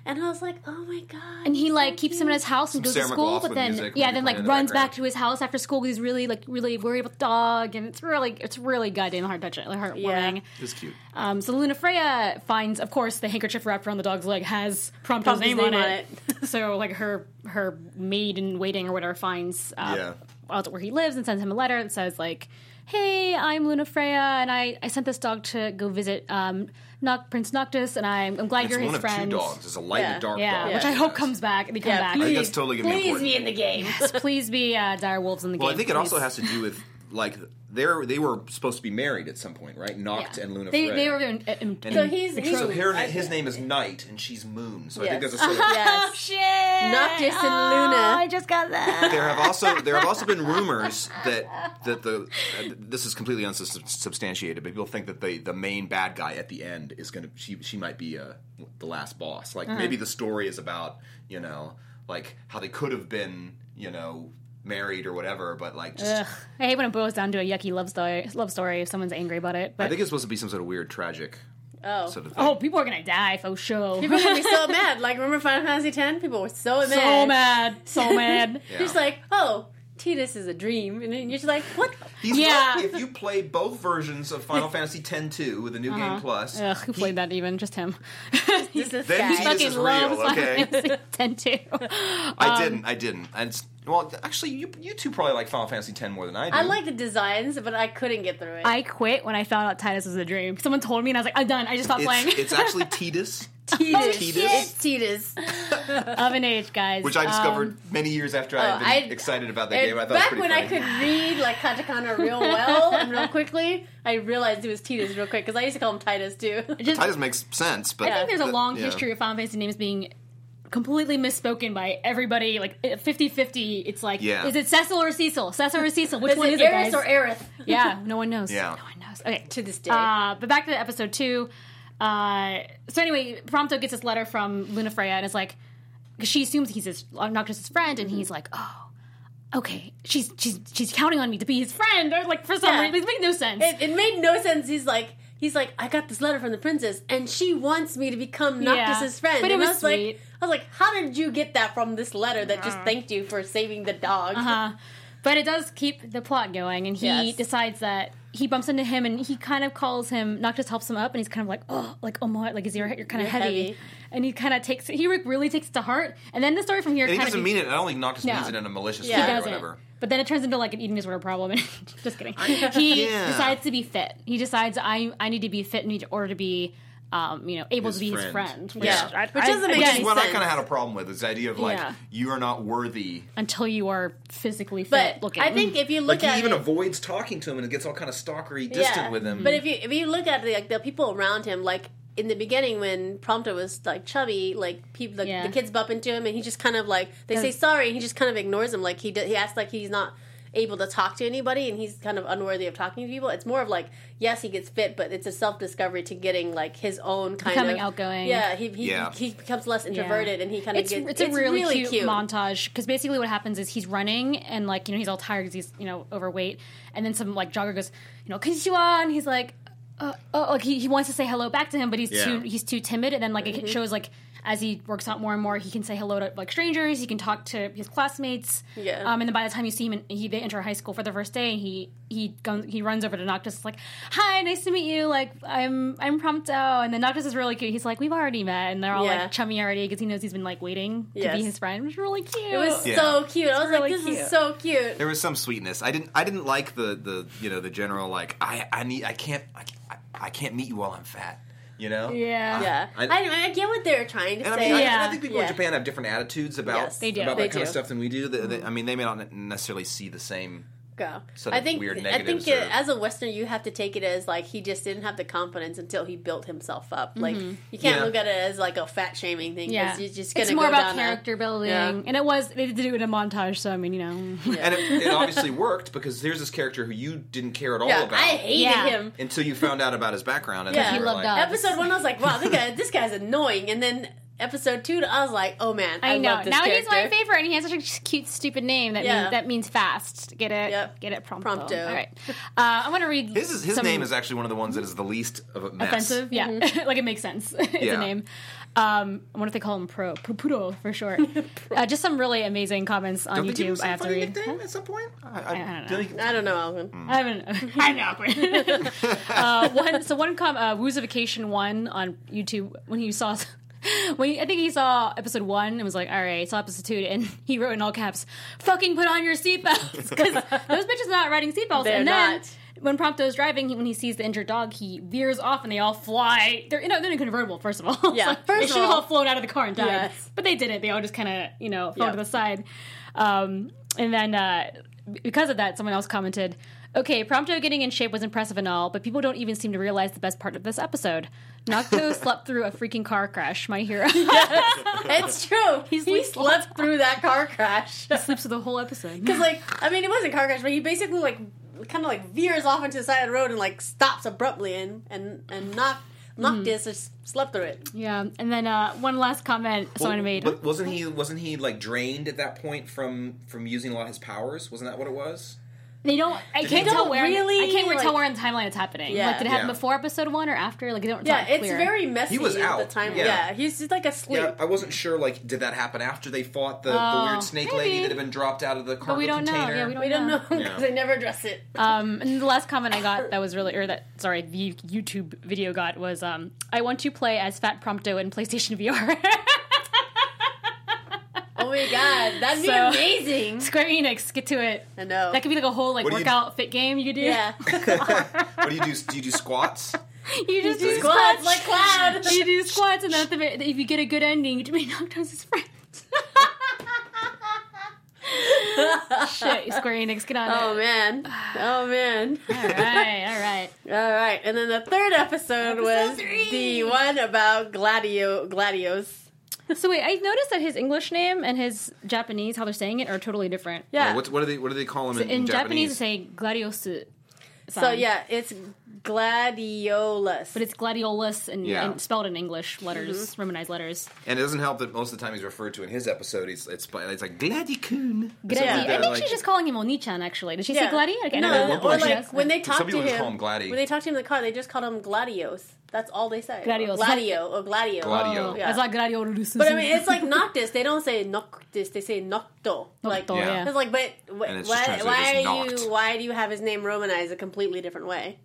[SPEAKER 1] And I was like, "Oh my god!"
[SPEAKER 3] and he
[SPEAKER 1] he's
[SPEAKER 3] like
[SPEAKER 1] so
[SPEAKER 3] keeps
[SPEAKER 1] cute.
[SPEAKER 3] him in his house and
[SPEAKER 4] Some
[SPEAKER 3] goes
[SPEAKER 4] Sarah
[SPEAKER 3] to school,
[SPEAKER 4] McLachlan
[SPEAKER 3] but then
[SPEAKER 4] music
[SPEAKER 3] yeah,
[SPEAKER 4] would be
[SPEAKER 3] then
[SPEAKER 4] playing
[SPEAKER 3] like
[SPEAKER 4] in the
[SPEAKER 3] runs
[SPEAKER 4] background.
[SPEAKER 3] back to his house after school because he's really like really worried about the dog, and it's really it's really gutting, heartbreaking, heartwarming.
[SPEAKER 1] Yeah.
[SPEAKER 4] It's cute.
[SPEAKER 3] Um, so Luna Freya finds, of course, the handkerchief wrapped around the dog's leg has Prompto's
[SPEAKER 1] Prompto's
[SPEAKER 3] name,
[SPEAKER 1] name
[SPEAKER 3] on
[SPEAKER 1] on
[SPEAKER 3] it. so like her her maid in waiting or whatever finds uh,
[SPEAKER 4] Yeah.
[SPEAKER 3] out where he lives and sends him a letter that says like, "Hey, I'm Luna Freya, and I, I sent this dog to go visit um, Noct- Prince Noctis, and I'm, I'm glad
[SPEAKER 4] It's
[SPEAKER 3] you're
[SPEAKER 4] one
[SPEAKER 3] his
[SPEAKER 4] of
[SPEAKER 3] friend."
[SPEAKER 4] two dogs. It's a light and
[SPEAKER 1] Yeah.
[SPEAKER 4] a dark
[SPEAKER 3] Yeah,
[SPEAKER 4] dog.
[SPEAKER 3] which I hope comes back. They come
[SPEAKER 1] Yeah,
[SPEAKER 3] back.
[SPEAKER 4] I think that's totally gonna be
[SPEAKER 1] Please
[SPEAKER 4] important.
[SPEAKER 1] be in the game.
[SPEAKER 3] Please be uh, dire wolves in the
[SPEAKER 4] Well,
[SPEAKER 3] game.
[SPEAKER 4] I think it also
[SPEAKER 3] please.
[SPEAKER 4] has to do with like they're they were supposed to be married at some point, right? Noct
[SPEAKER 3] Yeah.
[SPEAKER 4] and Luna.
[SPEAKER 3] They,
[SPEAKER 4] Frey.
[SPEAKER 3] they were in, in,
[SPEAKER 4] And
[SPEAKER 1] So he's- he's-
[SPEAKER 4] so her,
[SPEAKER 1] I-
[SPEAKER 4] his name is Night and she's Moon. So I
[SPEAKER 1] Yes.
[SPEAKER 4] think there's a sort of
[SPEAKER 3] oh
[SPEAKER 1] yes.
[SPEAKER 3] shit!
[SPEAKER 1] Noctis and
[SPEAKER 3] Oh,
[SPEAKER 1] Luna.
[SPEAKER 3] I just got that.
[SPEAKER 4] there have also there have also been rumors that that the uh, this is completely unsubstantiated, but people think that the the main bad guy at the end is going to she she might be uh, the last boss. Like
[SPEAKER 1] Mm-hmm.
[SPEAKER 4] maybe the story is about you know like how they could have been you know married or whatever, but like just.
[SPEAKER 3] Ugh. I hate when it boils down to a yucky love story. Love story if someone's angry about it. But
[SPEAKER 4] I think it's supposed to be some sort of weird tragic
[SPEAKER 1] Oh,
[SPEAKER 4] sort of thing.
[SPEAKER 3] oh, people are gonna die for sure.
[SPEAKER 1] people would be so mad. Like remember Final Fantasy X? People were so mad.
[SPEAKER 3] so mad, so mad.
[SPEAKER 1] You're just like, "Oh, Titus is a dream," and then you're just like, "What?"
[SPEAKER 4] He's
[SPEAKER 3] Yeah.
[SPEAKER 4] not- if you play both versions of Final Fantasy X 2 with the new
[SPEAKER 1] Uh-huh.
[SPEAKER 4] game plus,
[SPEAKER 3] Ugh, who played that even? Just him.
[SPEAKER 1] Is this
[SPEAKER 4] Then
[SPEAKER 1] guy?
[SPEAKER 4] Titus
[SPEAKER 3] Fucking
[SPEAKER 4] is real,
[SPEAKER 3] loves Final
[SPEAKER 4] okay?
[SPEAKER 3] Fantasy Ten two.
[SPEAKER 1] Um,
[SPEAKER 4] I didn't. I didn't. And s- well, actually, you you two probably like Final Fantasy X more than I do.
[SPEAKER 1] I like the designs, but I couldn't get through it.
[SPEAKER 3] I quit when I found out Titus was a dream. Someone told me, and I was like, I'm done. I just stopped playing.
[SPEAKER 4] it's, it's actually Titus,
[SPEAKER 1] Titus.
[SPEAKER 4] Titus?
[SPEAKER 1] It's Titus.
[SPEAKER 3] of an age, guys.
[SPEAKER 4] which I
[SPEAKER 3] Um,
[SPEAKER 4] discovered many years after I had
[SPEAKER 1] Oh,
[SPEAKER 4] been
[SPEAKER 1] I-
[SPEAKER 4] excited about that
[SPEAKER 1] And
[SPEAKER 4] game. I thought
[SPEAKER 1] back
[SPEAKER 4] it was
[SPEAKER 1] when
[SPEAKER 4] pretty
[SPEAKER 1] I
[SPEAKER 4] funny.
[SPEAKER 1] could read like Katakana real well and real quickly, I realized it was Titus real quick because I used to call him Titus too.
[SPEAKER 3] just-
[SPEAKER 4] Titus makes sense, but
[SPEAKER 3] I think there's a
[SPEAKER 4] but-
[SPEAKER 3] long
[SPEAKER 4] yeah.
[SPEAKER 3] history of Final Fantasy names being completely misspoken by everybody. Like 50-50, it's like,
[SPEAKER 4] Yeah.
[SPEAKER 3] is it Cecil or Cecil? Cecil or Cecil? Which
[SPEAKER 1] Is
[SPEAKER 3] one
[SPEAKER 1] it
[SPEAKER 3] is it,
[SPEAKER 1] Eris
[SPEAKER 3] guys?
[SPEAKER 1] or Aerith?
[SPEAKER 3] yeah, no one knows.
[SPEAKER 4] Yeah.
[SPEAKER 3] No one knows. Okay.
[SPEAKER 1] To this day.
[SPEAKER 3] Uh, but back to episode two. Uh, so anyway, Prompto gets this letter from Luna Freya and is like, because she assumes he's his Noctis' friend, and he's like, oh, okay, she's she's she's counting on me to be his friend, or like for some
[SPEAKER 1] Yeah.
[SPEAKER 3] reason, it makes no sense.
[SPEAKER 1] it, it made no sense. He's like, he's like, I got this letter from the princess, and she wants me to become
[SPEAKER 3] Yeah.
[SPEAKER 1] Noctis's friend.
[SPEAKER 3] But it
[SPEAKER 1] And I
[SPEAKER 3] was
[SPEAKER 1] was
[SPEAKER 3] sweet. Uh-huh.
[SPEAKER 1] like, I was like, how did you get that from this letter that just thanked you for saving the dog?
[SPEAKER 3] But it does keep the plot going, and he
[SPEAKER 1] Yes.
[SPEAKER 3] decides that he bumps into him, and he kind of calls him. Noctis helps him up, and he's kind of like, "Oh, like oh my, like is your you're kind of
[SPEAKER 1] You're
[SPEAKER 3] heavy.
[SPEAKER 1] heavy.
[SPEAKER 3] and he kind of takes it- he re- really takes it to heart. And then the story from here
[SPEAKER 4] And he
[SPEAKER 3] kind
[SPEAKER 4] doesn't
[SPEAKER 3] of
[SPEAKER 4] mean it. I don't think Noctis
[SPEAKER 3] No.
[SPEAKER 4] means it in a malicious
[SPEAKER 1] Yeah. He
[SPEAKER 4] way or
[SPEAKER 3] doesn't.
[SPEAKER 4] whatever.
[SPEAKER 3] But then it turns into like an eating disorder problem. And just kidding. He
[SPEAKER 4] Yeah.
[SPEAKER 3] decides to be fit. He decides I I need to be fit in order to be, um, you know, able
[SPEAKER 4] His
[SPEAKER 3] to be his friend.
[SPEAKER 4] friend.
[SPEAKER 3] Which
[SPEAKER 1] Yeah.
[SPEAKER 3] I-
[SPEAKER 1] Which
[SPEAKER 3] I-
[SPEAKER 1] doesn't make
[SPEAKER 3] again,
[SPEAKER 1] any
[SPEAKER 4] What I
[SPEAKER 1] sense.
[SPEAKER 4] kind of had a problem with is the idea of like
[SPEAKER 3] Yeah.
[SPEAKER 4] you are not worthy.
[SPEAKER 3] until you are physically fit.
[SPEAKER 1] but
[SPEAKER 3] looking, Mm-hmm.
[SPEAKER 1] I think if you
[SPEAKER 4] Like
[SPEAKER 1] look at
[SPEAKER 4] he even
[SPEAKER 1] it,
[SPEAKER 4] avoids talking to him and gets all kind of stalkery,
[SPEAKER 1] Yeah.
[SPEAKER 4] distant with him.
[SPEAKER 1] But if you if you look at the, like the people around him, like in the beginning when Prompto was like chubby, like people the,
[SPEAKER 3] Yeah.
[SPEAKER 1] the kids bump into him and he just kind of like they say
[SPEAKER 3] Does-
[SPEAKER 1] sorry and he just kind of ignores them. Like he do, he acts like he's not able to talk to anybody and he's kind of unworthy of talking to people. It's more of like yes he gets fit, but it's a self discovery to getting like his own kind
[SPEAKER 3] Becoming
[SPEAKER 1] of
[SPEAKER 3] outgoing.
[SPEAKER 1] Yeah, he he,
[SPEAKER 4] Yeah.
[SPEAKER 1] he becomes less introverted and he kind of
[SPEAKER 3] it's,
[SPEAKER 1] gets
[SPEAKER 3] it's a really, cute, montage because basically what happens is he's running and like you know he's all tired because he's you know overweight and then some like jogger goes you know konnichiwa and he's like uh, oh like he, he wants to say hello back to him but he's
[SPEAKER 4] Yeah.
[SPEAKER 3] too he's too timid and then like
[SPEAKER 1] Mm-hmm.
[SPEAKER 3] it shows like as he works out more and more he can say hello to like strangers he can talk to his classmates
[SPEAKER 1] Yeah.
[SPEAKER 3] um and then by the time you see him in, he they enter high school for the first day he he goes, he runs over to Noctis like hi nice to meet you like I'm I'm Prompto and then Noctis is really cute he's like we've already met and they're all
[SPEAKER 1] Yeah.
[SPEAKER 3] like chummy already because he knows he's been like waiting to
[SPEAKER 1] Yes.
[SPEAKER 3] be his friend, which is really cute.
[SPEAKER 1] It was
[SPEAKER 4] Yeah.
[SPEAKER 1] so cute. I was
[SPEAKER 3] really
[SPEAKER 1] like, this
[SPEAKER 3] cute.
[SPEAKER 1] is so cute.
[SPEAKER 4] there was some sweetness. I didn't. I didn't like the the you know the general like I I need I can't I, can't- I can't meet you while I'm fat. You know.
[SPEAKER 3] Yeah.
[SPEAKER 1] Yeah, I,
[SPEAKER 4] I-
[SPEAKER 1] I, get what they were trying to
[SPEAKER 4] And I
[SPEAKER 1] say.
[SPEAKER 4] mean, I-
[SPEAKER 3] Yeah.
[SPEAKER 4] and I, think people
[SPEAKER 1] Yeah.
[SPEAKER 4] in Japan have different attitudes about
[SPEAKER 1] Yes, they
[SPEAKER 3] do.
[SPEAKER 4] about
[SPEAKER 1] They
[SPEAKER 4] that kind
[SPEAKER 1] do.
[SPEAKER 4] of
[SPEAKER 3] Mm-hmm.
[SPEAKER 4] stuff than we do. They, they, I mean, they may not necessarily see the same
[SPEAKER 1] go.
[SPEAKER 4] Sort
[SPEAKER 1] I
[SPEAKER 4] of
[SPEAKER 1] think
[SPEAKER 4] weird
[SPEAKER 1] I think
[SPEAKER 4] negatives
[SPEAKER 1] it,
[SPEAKER 4] or-
[SPEAKER 1] as a Westerner, you have to take it as like he just didn't have the confidence until he built himself up. Like you can't
[SPEAKER 4] Yeah.
[SPEAKER 1] look at it as like a fat shaming thing.
[SPEAKER 3] Mm-hmm. Yeah,
[SPEAKER 1] Yeah, you're just gonna
[SPEAKER 3] it's more
[SPEAKER 1] go
[SPEAKER 3] about
[SPEAKER 1] down a-
[SPEAKER 3] character building,
[SPEAKER 1] Yeah.
[SPEAKER 3] and it was they did do it in a montage. So I mean, you know,
[SPEAKER 4] And it, it obviously worked because there's this character who you didn't care at all
[SPEAKER 1] Yeah,
[SPEAKER 4] about
[SPEAKER 1] I hated
[SPEAKER 3] Yeah.
[SPEAKER 1] him.
[SPEAKER 4] until you found out about his background. And
[SPEAKER 1] Yeah.
[SPEAKER 4] then
[SPEAKER 1] He
[SPEAKER 4] you were
[SPEAKER 3] loved
[SPEAKER 4] like,
[SPEAKER 3] dogs.
[SPEAKER 1] Episode one, I was like, wow, this guy, this guy's annoying. And then episode two, I was like, oh man, I,
[SPEAKER 3] I, know
[SPEAKER 1] Love this
[SPEAKER 3] now he's
[SPEAKER 1] character.
[SPEAKER 3] my favorite, and he has such a cute, stupid name that
[SPEAKER 1] Yeah.
[SPEAKER 3] means, that means fast. Get it?
[SPEAKER 1] Yep.
[SPEAKER 3] Get it? Prompto.
[SPEAKER 1] Prompto.
[SPEAKER 3] All right. Uh, I want to read
[SPEAKER 4] His, is- his
[SPEAKER 3] some
[SPEAKER 4] name is actually one of the ones that is the least of a mess.
[SPEAKER 3] offensive. Yeah,
[SPEAKER 1] Mm-hmm.
[SPEAKER 3] like it makes sense. it's
[SPEAKER 4] Yeah.
[SPEAKER 3] a name. Um, I wonder if they call him Pro Puputo for short. uh, just some really amazing comments on
[SPEAKER 4] Don't they give him
[SPEAKER 3] YouTube. I
[SPEAKER 4] some
[SPEAKER 3] have to
[SPEAKER 4] funny
[SPEAKER 3] read.
[SPEAKER 4] nickname at some point? I,
[SPEAKER 3] I don't
[SPEAKER 4] don't know.
[SPEAKER 1] I don't know, Alvin.
[SPEAKER 4] Mm.
[SPEAKER 3] I haven't. I'm awkward. uh, one, so one com uh, Woosification one on YouTube when he saw. When he, I think he saw episode one and was like, "All right," saw episode two, and he wrote in all caps, "Fucking put on your seatbelts," because those bitches are not riding seatbelts.
[SPEAKER 1] They're
[SPEAKER 3] And then
[SPEAKER 1] not.
[SPEAKER 3] when Prompto's driving, he, when he sees the injured dog, he veers off and they all fly. They're you know they're in a convertible. First of all, It's
[SPEAKER 1] Yeah,
[SPEAKER 3] like,
[SPEAKER 1] first
[SPEAKER 3] they
[SPEAKER 1] of
[SPEAKER 3] should have
[SPEAKER 1] all.
[SPEAKER 3] all flown out of the car and died,
[SPEAKER 1] Yes.
[SPEAKER 3] but they didn't. They all just kind of you know fell
[SPEAKER 1] Yeah.
[SPEAKER 3] to the side. Um, and then uh, b- because of that, someone else commented, "Okay, Prompto getting in shape was impressive and all, but people don't even seem to realize the best part of this episode. Nocto slept through a freaking car crash. My hero
[SPEAKER 1] It's true. He's he
[SPEAKER 3] least-
[SPEAKER 1] slept through that car crash.
[SPEAKER 3] sleeps through the whole episode.
[SPEAKER 1] Because like, I mean, it wasn't car crash, but he basically like kind of like veers off into the side of the road and like stops abruptly and and and knocked knocked this or s- slept through it.
[SPEAKER 3] Hmm. yeah, and then uh, one last comment someone made.
[SPEAKER 5] But wasn't he wasn't he like drained at that point from from using a lot of his powers? Wasn't that what it was?
[SPEAKER 3] They don't. I can't
[SPEAKER 1] don't
[SPEAKER 3] tell where.
[SPEAKER 1] really,
[SPEAKER 3] I can't really tell
[SPEAKER 1] like-
[SPEAKER 3] where in the timeline it's happening.
[SPEAKER 1] Yeah.
[SPEAKER 3] Like, did it happen
[SPEAKER 5] Yeah.
[SPEAKER 3] before episode one or after? Like, they don't.
[SPEAKER 1] Yeah,
[SPEAKER 3] not
[SPEAKER 1] it's
[SPEAKER 3] clear.
[SPEAKER 1] very messy.
[SPEAKER 5] was
[SPEAKER 1] at the
[SPEAKER 5] out.
[SPEAKER 1] time. Yeah,
[SPEAKER 5] Yeah.
[SPEAKER 1] he's just like asleep.
[SPEAKER 5] Yeah, I wasn't sure. Like, did that happen after they fought the, the
[SPEAKER 3] Oh,
[SPEAKER 5] weird snake
[SPEAKER 3] maybe.
[SPEAKER 5] lady that had been dropped out of the cargo
[SPEAKER 3] But we don't know.
[SPEAKER 5] container?
[SPEAKER 3] Yeah, we don't.
[SPEAKER 1] we don't know because
[SPEAKER 5] Yeah.
[SPEAKER 1] they never address it.
[SPEAKER 3] Um, and the last comment I got that was really, or that sorry, the YouTube video got was, um, I want to play as Fat Prompto in PlayStation VR.
[SPEAKER 1] oh my god, that'd be
[SPEAKER 3] So-
[SPEAKER 1] amazing.
[SPEAKER 3] Square Enix, get to it.
[SPEAKER 1] I know.
[SPEAKER 3] That could be like a whole like
[SPEAKER 5] What do you-
[SPEAKER 3] workout fit game you could do.
[SPEAKER 1] yeah,
[SPEAKER 5] What do you do? Do you do squats?
[SPEAKER 3] you just do
[SPEAKER 1] squats
[SPEAKER 3] squats.
[SPEAKER 1] like cloud.
[SPEAKER 3] you do squats, and then at the, ve- if you get a good ending, you can be knocked out as his friend. Shit, Square Enix, get on
[SPEAKER 1] Oh
[SPEAKER 3] it.
[SPEAKER 1] man, oh man.
[SPEAKER 3] All right, all right.
[SPEAKER 1] All right, and then the third episode, was
[SPEAKER 3] three.
[SPEAKER 1] the one about gladio gladios.
[SPEAKER 5] Oh,
[SPEAKER 3] So wait, I noticed that his English name and his Japanese, how they're saying it, are totally different.
[SPEAKER 1] Yeah.
[SPEAKER 4] Uh, what's- what, do they, what do they call him in,
[SPEAKER 3] In Japanese,
[SPEAKER 4] Japanese?
[SPEAKER 3] they say gladiosu.
[SPEAKER 1] so yeah, it's gladiolus.
[SPEAKER 3] But it's gladiolus and,
[SPEAKER 4] Yeah.
[SPEAKER 3] and spelled in English letters,
[SPEAKER 1] Mm-hmm.
[SPEAKER 3] Romanized letters.
[SPEAKER 4] and it doesn't help that most of the time he's referred to in his episode, he's, it's, it's like Gladicoon.
[SPEAKER 1] Yeah.
[SPEAKER 3] Gladi- I think
[SPEAKER 4] They're like-
[SPEAKER 3] she's just calling him Onichan, actually. Did she
[SPEAKER 1] yeah.
[SPEAKER 3] say gladi? Like, I
[SPEAKER 1] no,
[SPEAKER 3] don't know.
[SPEAKER 1] or
[SPEAKER 4] Gladiolus.
[SPEAKER 1] like when they
[SPEAKER 4] Some
[SPEAKER 1] talk to
[SPEAKER 4] people just
[SPEAKER 1] him,
[SPEAKER 4] call him Gladi.
[SPEAKER 1] when they talk to him in the car, they just called him gladios. That's all they say.
[SPEAKER 3] Gladios. Oh.
[SPEAKER 1] gladio or gladio.
[SPEAKER 4] Gladio.
[SPEAKER 1] Yeah.
[SPEAKER 3] It's like gladiolus.
[SPEAKER 1] But I mean, it's like Noctis. They don't say Noctis. They say Nocto. Like
[SPEAKER 3] Nocto,
[SPEAKER 4] Yeah.
[SPEAKER 3] yeah.
[SPEAKER 1] it's like, but wh-
[SPEAKER 4] And it's just
[SPEAKER 1] why,
[SPEAKER 4] translated
[SPEAKER 1] why
[SPEAKER 4] as
[SPEAKER 1] are you
[SPEAKER 4] knocked.
[SPEAKER 1] why do you have his name romanized a completely different way?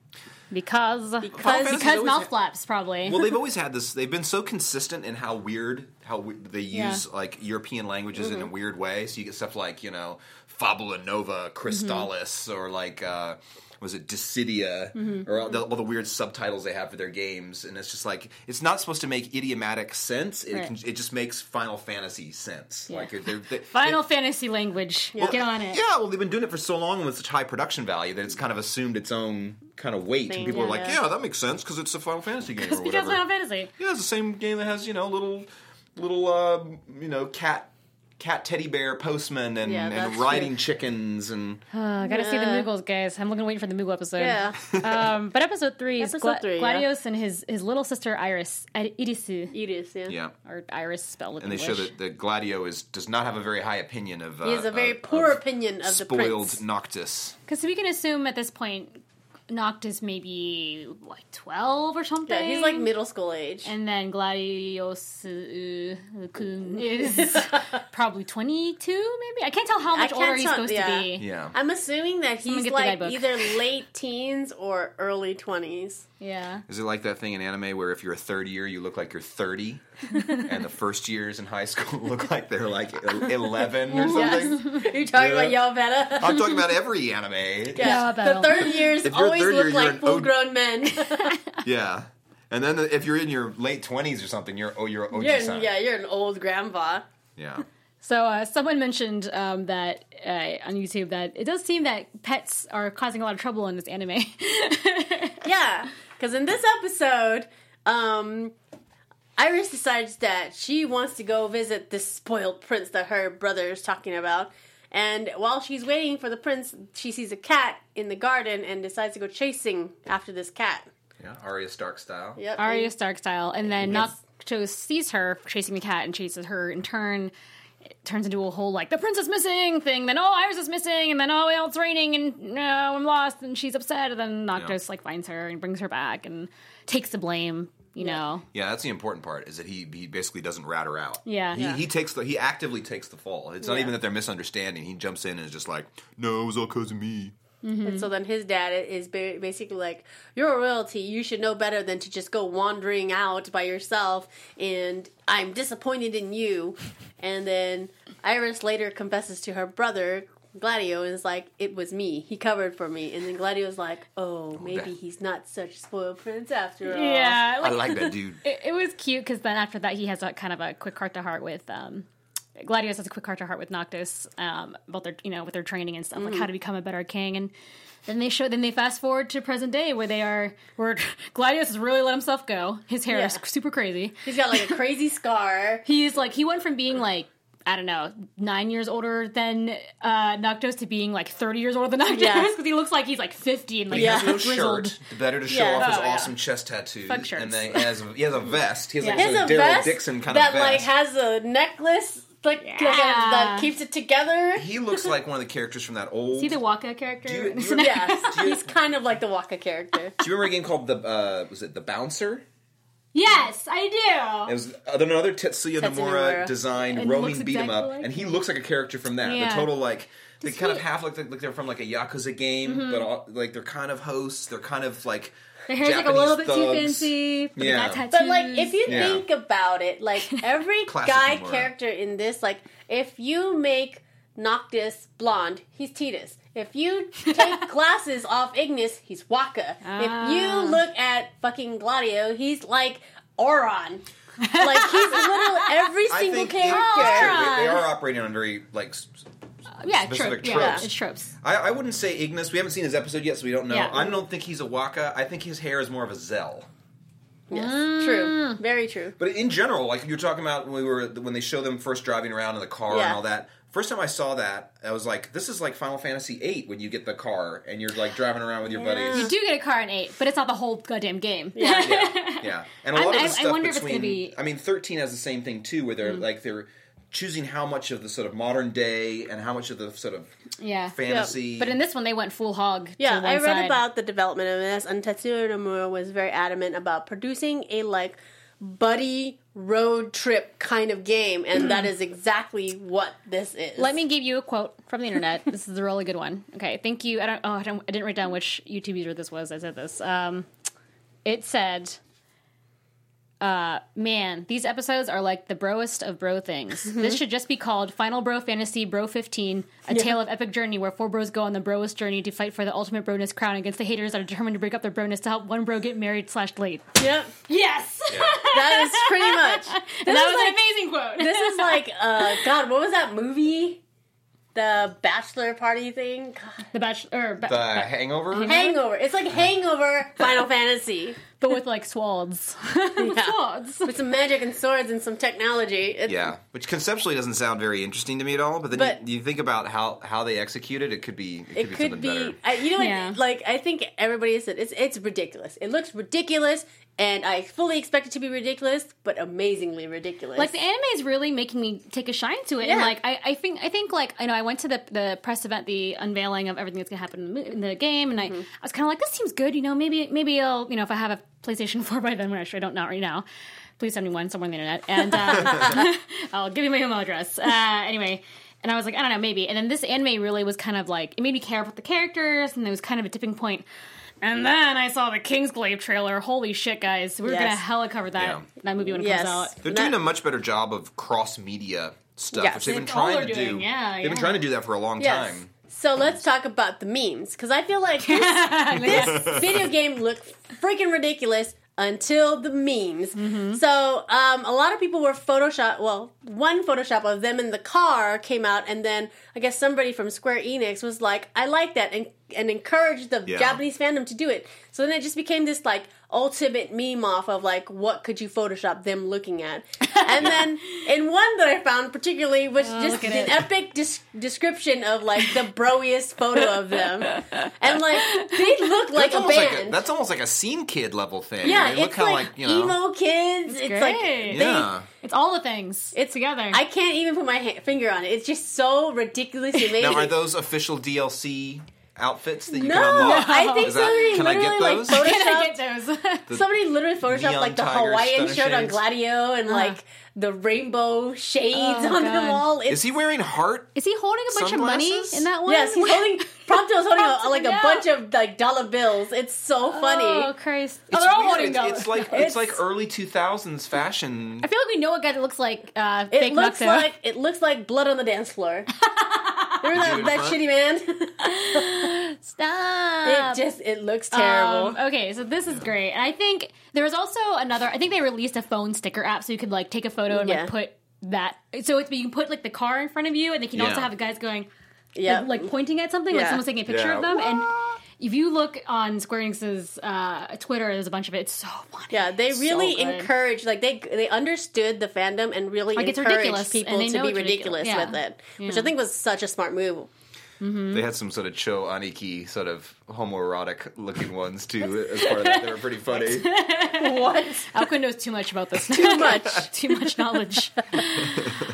[SPEAKER 3] because
[SPEAKER 1] Because-
[SPEAKER 3] because,
[SPEAKER 1] Fantasy's
[SPEAKER 4] always
[SPEAKER 3] mouth
[SPEAKER 4] ha-
[SPEAKER 3] flaps, probably.
[SPEAKER 4] well, they've always had this. They've been so consistent in how weird how we, they use like European languages
[SPEAKER 3] Mm-hmm.
[SPEAKER 4] in a weird way. So you get stuff like you know Fabula Nova Crystallis
[SPEAKER 3] Mm-hmm.
[SPEAKER 4] or like uh, was it Decidia or all the, all the weird subtitles they have for their games. And it's just like it's not supposed to make idiomatic sense. It
[SPEAKER 3] Right.
[SPEAKER 4] can, it just makes Final Fantasy sense. Like they're, they
[SPEAKER 3] Final Fantasy language. Get on it.
[SPEAKER 4] yeah, well, they've been doing it for so long with such high production value that it's kind of assumed its own kind of weight.
[SPEAKER 1] Thing,
[SPEAKER 4] and people are
[SPEAKER 1] yeah.
[SPEAKER 4] like, yeah, that makes sense because it's a Final Fantasy game or
[SPEAKER 3] Just because
[SPEAKER 4] whatever.
[SPEAKER 3] Final Fantasy.
[SPEAKER 4] Yeah, it's the same game that has you know little little uh, you know cat cat teddy bear postman and,
[SPEAKER 1] Yeah, that's
[SPEAKER 4] and
[SPEAKER 1] true.
[SPEAKER 4] riding chickens and
[SPEAKER 3] Uh, gotta see the Moogles, guys. I'm looking waiting for the Moogle episode.
[SPEAKER 1] Yeah.
[SPEAKER 3] Um, but episode three is
[SPEAKER 1] Episode
[SPEAKER 3] Gla-
[SPEAKER 1] three, yeah.
[SPEAKER 3] Gladios and his, his little sister Iris, Ed- Irisu,
[SPEAKER 1] It is. Yeah.
[SPEAKER 4] yeah.
[SPEAKER 3] or Iris spelled with
[SPEAKER 4] And they show
[SPEAKER 3] English.
[SPEAKER 4] that, that Gladio is does not have a very high opinion of. Uh,
[SPEAKER 1] He has a very
[SPEAKER 4] of-
[SPEAKER 1] poor
[SPEAKER 4] of
[SPEAKER 1] opinion of the
[SPEAKER 4] spoiled
[SPEAKER 1] prince.
[SPEAKER 4] Noctis.
[SPEAKER 3] Because we can assume at this point, Noctis maybe like twelve or something.
[SPEAKER 1] Yeah, he's like middle school age.
[SPEAKER 3] and then Gladius uh, Kun is probably twenty-two, maybe. I can't tell how
[SPEAKER 1] I
[SPEAKER 3] much
[SPEAKER 1] can't
[SPEAKER 3] older he's
[SPEAKER 1] tell-
[SPEAKER 3] supposed
[SPEAKER 1] yeah.
[SPEAKER 3] to be.
[SPEAKER 4] Yeah,
[SPEAKER 1] I'm assuming that he's
[SPEAKER 3] get the
[SPEAKER 1] like
[SPEAKER 3] guidebook.
[SPEAKER 1] either late teens or early 20s.
[SPEAKER 3] Yeah.
[SPEAKER 4] is it like that thing in anime where if you're a third year, you look like you're 30, and the first years in high school look like they're like 11 or something?
[SPEAKER 1] You're talking
[SPEAKER 4] Yeah.
[SPEAKER 1] about Yo Beta?
[SPEAKER 4] I'm talking about every anime.
[SPEAKER 1] Yeah,
[SPEAKER 3] Yo Beta.
[SPEAKER 1] the third years
[SPEAKER 4] If you're
[SPEAKER 1] always
[SPEAKER 4] third
[SPEAKER 1] look
[SPEAKER 4] year, you're
[SPEAKER 1] like
[SPEAKER 4] an
[SPEAKER 1] full
[SPEAKER 4] od-
[SPEAKER 1] grown men.
[SPEAKER 4] Yeah. And then if you're in your late 20s or something, you're oh you're
[SPEAKER 1] you're,
[SPEAKER 4] Oji-san.
[SPEAKER 1] yeah, you're an old grandpa.
[SPEAKER 4] Yeah.
[SPEAKER 3] So uh, someone mentioned um, that uh, on YouTube that it does seem that pets are causing a lot of trouble in this anime.
[SPEAKER 1] Yeah, because in this episode, um, Iris decides that she wants to go visit this spoiled prince that her brother is talking about. And while she's waiting for the prince, she sees a cat in the garden and decides to go chasing after this cat.
[SPEAKER 5] Yeah, Arya Stark style.
[SPEAKER 1] Yep.
[SPEAKER 3] Arya Stark style, and then
[SPEAKER 1] Uh, Yes.
[SPEAKER 3] Nocto sees her chasing the cat and chases her in turn. It turns into a whole like the prince is missing thing. Then oh, Iris is missing, and then oh, well, it's raining, and no, I'm lost, and she's upset. And then Noctis like finds her and brings her back and takes the blame. You know,
[SPEAKER 4] Yeah, that's the important part is that he he basically doesn't rat her out.
[SPEAKER 3] Yeah.
[SPEAKER 4] he,
[SPEAKER 3] Yeah.
[SPEAKER 4] he takes the he actively takes the fall. It's not even that they're misunderstanding. He jumps in and is just like, "No, it was all because of me."
[SPEAKER 1] And so then his dad is ba- basically like, "You're royalty. You should know better than to just go wandering out by yourself." And I'm disappointed in you. And then Iris later confesses to her brother Gladio and is like, "It was me. He covered for me." And then Gladio's like, "Oh, maybe
[SPEAKER 4] that-
[SPEAKER 1] he's not such a spoiled prince after all."
[SPEAKER 3] yeah,
[SPEAKER 4] I like that dude.
[SPEAKER 3] it, it was cute because then after that he has a kind of a quick heart to heart with um, Gladius has a quick heart to heart with Noctis um, about their you know with their training and stuff like
[SPEAKER 5] Mm.
[SPEAKER 3] how to become a better king and then they show then they fast forward to present day where they are where Gladius has really let himself go his hair is
[SPEAKER 1] Yeah.
[SPEAKER 3] super crazy
[SPEAKER 1] He's got like a crazy scar.
[SPEAKER 3] he's like he went from being like. I don't know, nine years older than uh, Noctos to being like 30 years older than Noctos
[SPEAKER 1] Yeah.
[SPEAKER 3] because he looks like he's like 50 and like
[SPEAKER 5] He has no
[SPEAKER 3] grizzled.
[SPEAKER 5] shirt. The better to show
[SPEAKER 1] Yeah.
[SPEAKER 5] off his
[SPEAKER 1] Oh,
[SPEAKER 3] yeah.
[SPEAKER 5] awesome chest tattoos.
[SPEAKER 3] Fuck shirts.
[SPEAKER 5] And then he has, he has a vest. He has
[SPEAKER 1] He
[SPEAKER 5] like
[SPEAKER 1] has
[SPEAKER 5] a
[SPEAKER 1] a
[SPEAKER 5] Daryl
[SPEAKER 1] vest
[SPEAKER 5] Dixon kind
[SPEAKER 1] that
[SPEAKER 5] of vest.
[SPEAKER 1] like has a necklace like like,
[SPEAKER 3] Yeah.
[SPEAKER 1] that keeps it together.
[SPEAKER 5] he looks like one of the characters from that old.
[SPEAKER 3] See the Waka character?
[SPEAKER 5] Do you- do you-
[SPEAKER 3] Isn't that-
[SPEAKER 1] Yes, he's kind of like the Waka character.
[SPEAKER 5] Do you remember a game called the uh, was it the Bouncer?
[SPEAKER 3] yes, I
[SPEAKER 5] It
[SPEAKER 3] do.
[SPEAKER 5] was uh, then another Tetsuya
[SPEAKER 1] Tetsuya Nomura.
[SPEAKER 5] Nomura designed
[SPEAKER 3] And
[SPEAKER 5] rolling
[SPEAKER 3] looks
[SPEAKER 5] beat 'em up,
[SPEAKER 3] exactly like
[SPEAKER 5] and he looks like a character from that.
[SPEAKER 3] Yeah.
[SPEAKER 5] The total like they
[SPEAKER 3] Does
[SPEAKER 5] kind
[SPEAKER 3] he- Mm-hmm.
[SPEAKER 5] of half look like, like they're from like a yakuza game, but all, like they're kind of hosts. They're kind of like
[SPEAKER 3] Their hair's like a
[SPEAKER 5] Japanese
[SPEAKER 3] little bit too
[SPEAKER 5] thugs.
[SPEAKER 3] fancy. But
[SPEAKER 5] Yeah.
[SPEAKER 3] They got
[SPEAKER 1] But like,
[SPEAKER 3] tattoos.
[SPEAKER 1] if you
[SPEAKER 5] Yeah.
[SPEAKER 1] think about it, like every
[SPEAKER 4] Classic
[SPEAKER 1] guy
[SPEAKER 4] Nomura.
[SPEAKER 1] character in this, like if you make Noctis blonde, he's Titus. If you take glasses off Ignis, he's Waka. If you look at fucking Gladio, he's like Oron. like he's little every
[SPEAKER 5] I
[SPEAKER 1] single
[SPEAKER 5] think it- it's
[SPEAKER 1] character.
[SPEAKER 5] true. They, they are operating on very like. s-
[SPEAKER 3] yeah,
[SPEAKER 5] specific
[SPEAKER 3] trope,
[SPEAKER 5] tropes.
[SPEAKER 3] Yeah, it's tropes.
[SPEAKER 5] I, I wouldn't say Ignis. We haven't seen his episode yet, so we don't know.
[SPEAKER 3] Yeah.
[SPEAKER 5] I don't think he's a Waka. I think his hair is more of a Zell.
[SPEAKER 1] Yes, true, Mm. very true.
[SPEAKER 5] But in general, like you're talking about when we were when they show them first driving around in the car
[SPEAKER 1] Yeah.
[SPEAKER 5] and all that. First time I saw that, I was like, "This is like Final Fantasy VIII when you get the car and you're like driving around with your
[SPEAKER 3] You
[SPEAKER 5] buddies."
[SPEAKER 3] do get a car in eight, but it's not the whole goddamn game.
[SPEAKER 1] Yeah.
[SPEAKER 5] Yeah, yeah. And a
[SPEAKER 3] I'm-
[SPEAKER 5] lot of
[SPEAKER 3] I- I
[SPEAKER 5] the stuff
[SPEAKER 3] wonder if it's
[SPEAKER 5] between,
[SPEAKER 3] gonna be- Mm.
[SPEAKER 5] I mean, thirteen has the same thing too, where they're like they're choosing how much of the sort of modern day and how much of the sort of
[SPEAKER 3] yeah.
[SPEAKER 5] fantasy.
[SPEAKER 3] But in this one, they went full hog.
[SPEAKER 1] Yeah,
[SPEAKER 3] to one
[SPEAKER 1] I read
[SPEAKER 3] side.
[SPEAKER 1] about the development of this, and Tetsuya Nomura was very adamant about producing a like buddy road trip kind of game, and that is exactly what this is.
[SPEAKER 3] Let me give you a quote from the internet. this is a really good one. Okay, thank you. I don't. Oh, I, don't, I didn't write down which YouTube user this was. I said this. Um, it said, uh, "Man, these episodes are like the broest of bro things. This should just be called Final Bro Fantasy Bro 15: A Tale of Epic Journey, where four bros go on the broest journey to fight for the ultimate broness crown against the haters that are determined to break up their broness to help one bro get married slash late."
[SPEAKER 1] Yep,
[SPEAKER 3] Yes,
[SPEAKER 1] that is pretty much.
[SPEAKER 3] and that was
[SPEAKER 1] like-
[SPEAKER 3] an amazing quote.
[SPEAKER 1] This is like, uh, God, what was that movie? The bachelor party thing, God.
[SPEAKER 3] the Bachelor, or, ba-
[SPEAKER 5] the Hangover,
[SPEAKER 1] Hangover. It's like Hangover Final Fantasy
[SPEAKER 3] but with like swads, swads.
[SPEAKER 1] with some magic and swords and some technology. It's,
[SPEAKER 4] Yeah, which conceptually doesn't sound very interesting to me at all. But then
[SPEAKER 1] But-
[SPEAKER 4] you, you think about how how they execute it, it could be it
[SPEAKER 1] it
[SPEAKER 4] could be
[SPEAKER 1] could
[SPEAKER 4] something
[SPEAKER 1] be
[SPEAKER 4] better.
[SPEAKER 1] I, you know what,
[SPEAKER 3] Yeah.
[SPEAKER 1] like i think everybody said it's it's ridiculous it looks ridiculous and i fully expect it to be ridiculous but amazingly ridiculous
[SPEAKER 3] like the anime is really making me take a shine to it and
[SPEAKER 1] Yeah.
[SPEAKER 3] like I, I think i think like i know i went to the the press event the unveiling of everything that's gonna happen in the, mo- in the game and
[SPEAKER 1] Mm-hmm.
[SPEAKER 3] i i was kind of like this seems good you know maybe maybe i'll you know if i have a playstation 4 by then which i don't know right now please send me one somewhere on the internet and uh, i'll give you my email address uh, anyway and I was like, I don't know, maybe. And then this anime really was kind of like, it made me care about the characters, and it was kind of a tipping point. And then I saw the Kingsglaive trailer. Holy shit, guys. We're
[SPEAKER 1] Yes.
[SPEAKER 3] going to hella cover that,
[SPEAKER 4] Yeah.
[SPEAKER 3] that movie when it
[SPEAKER 1] yes
[SPEAKER 3] comes out.
[SPEAKER 4] They're
[SPEAKER 1] Not-
[SPEAKER 4] doing a much better job of cross media stuff,
[SPEAKER 1] Yes.
[SPEAKER 4] which they've been
[SPEAKER 3] That's all
[SPEAKER 4] trying to
[SPEAKER 3] they're doing,
[SPEAKER 4] do.
[SPEAKER 3] yeah,
[SPEAKER 4] they've
[SPEAKER 3] yeah.
[SPEAKER 4] been trying to do that for a long
[SPEAKER 1] yes.
[SPEAKER 4] time.
[SPEAKER 1] so let's talk about the memes because i feel like this, this video game looked freaking ridiculous until the memes. So um, a lot of people were Photoshop. Well, one Photoshop of them in the car came out, and then I guess somebody from Square Enix was like, "I like that," and and encouraged the
[SPEAKER 4] Yeah.
[SPEAKER 1] Japanese fandom to do it. So then it just became this like ultimate meme off of like what could you Photoshop them looking at, and then in one that I found particularly was just
[SPEAKER 3] Oh, look at
[SPEAKER 1] an
[SPEAKER 3] it.
[SPEAKER 1] epic dis- description of like the broiest photo of them, and like they look like
[SPEAKER 4] that's
[SPEAKER 1] a
[SPEAKER 4] almost
[SPEAKER 1] band.
[SPEAKER 4] like a, that's almost like a scene kid level thing.
[SPEAKER 1] Yeah,
[SPEAKER 4] they look
[SPEAKER 1] it's
[SPEAKER 4] kinda
[SPEAKER 1] like,
[SPEAKER 4] like you know,
[SPEAKER 1] emo kids. It's, like
[SPEAKER 3] great.
[SPEAKER 1] they,
[SPEAKER 4] yeah.
[SPEAKER 3] It's all the things. It's together.
[SPEAKER 1] I can't even put my ha- finger on it. It's just so ridiculous amazing.
[SPEAKER 4] Now, are those official DLC outfits that you
[SPEAKER 1] no,
[SPEAKER 4] can unlock?
[SPEAKER 1] I think
[SPEAKER 4] Is that-
[SPEAKER 1] somebody
[SPEAKER 4] can I
[SPEAKER 1] literally
[SPEAKER 4] get
[SPEAKER 1] like
[SPEAKER 4] those?
[SPEAKER 3] Can
[SPEAKER 1] photoshopped.
[SPEAKER 3] I get those?
[SPEAKER 1] somebody literally photoshopped
[SPEAKER 4] neon
[SPEAKER 1] like the
[SPEAKER 4] tiger
[SPEAKER 1] Hawaiian
[SPEAKER 4] stunner
[SPEAKER 1] shirt on
[SPEAKER 4] shades?
[SPEAKER 1] Gladio and like the rainbow shades
[SPEAKER 3] Uh-huh. Oh,
[SPEAKER 1] on
[SPEAKER 3] God.
[SPEAKER 1] the wall. It's,
[SPEAKER 4] Is he wearing heart?
[SPEAKER 3] Is he holding a bunch of
[SPEAKER 4] Sunglasses?
[SPEAKER 3] money in that one?
[SPEAKER 1] yes, he's holding. Prompto's holding a,
[SPEAKER 3] Prompto,
[SPEAKER 1] like
[SPEAKER 3] yeah.
[SPEAKER 1] a bunch of like dollar bills. It's so funny.
[SPEAKER 3] Oh Christ! oh,
[SPEAKER 4] It's
[SPEAKER 3] they're all
[SPEAKER 4] weird.
[SPEAKER 3] holding
[SPEAKER 4] It's-
[SPEAKER 3] dollars.
[SPEAKER 4] It's like it's, like early two thousands fashion.
[SPEAKER 3] I feel like we know a guy that looks like uh,
[SPEAKER 1] It
[SPEAKER 3] fake
[SPEAKER 1] looks
[SPEAKER 3] Nocto.
[SPEAKER 1] like it looks like blood on the dance floor. Remember that,
[SPEAKER 4] Dude,
[SPEAKER 1] that
[SPEAKER 4] huh?
[SPEAKER 1] shitty man?
[SPEAKER 3] Stop.
[SPEAKER 1] it just it looks terrible.
[SPEAKER 3] Um, okay, so this is great. And I think there was also another. I think they released a phone sticker app, so you could like take a photo and
[SPEAKER 1] Yeah.
[SPEAKER 3] like put that. So it's, you can put like the car in front of you, and they can also
[SPEAKER 4] Yeah.
[SPEAKER 3] have guys going
[SPEAKER 1] yeah,
[SPEAKER 3] like, like pointing at something, like
[SPEAKER 1] Yeah.
[SPEAKER 3] someone's taking a picture
[SPEAKER 4] Yeah.
[SPEAKER 3] of them. And if you look on Square Enix's uh, Twitter, there's a bunch of it. It's so funny.
[SPEAKER 1] Yeah, they
[SPEAKER 3] So
[SPEAKER 1] really
[SPEAKER 3] good.
[SPEAKER 1] encourage like they they understood the fandom and really
[SPEAKER 3] Like, it's
[SPEAKER 1] encouraged
[SPEAKER 3] ridiculous, and
[SPEAKER 1] people
[SPEAKER 3] they
[SPEAKER 1] to
[SPEAKER 3] know
[SPEAKER 1] be
[SPEAKER 3] it's ridiculous.
[SPEAKER 1] ridiculous,
[SPEAKER 3] Yeah.
[SPEAKER 1] with it, which
[SPEAKER 3] Yeah.
[SPEAKER 1] I think was such a smart move.
[SPEAKER 4] They had some sort of cho aniki sort of homoerotic looking ones too as part of that. They were pretty funny.
[SPEAKER 1] What?
[SPEAKER 3] Alquin knows too much about this.
[SPEAKER 1] Too much.
[SPEAKER 3] too much knowledge.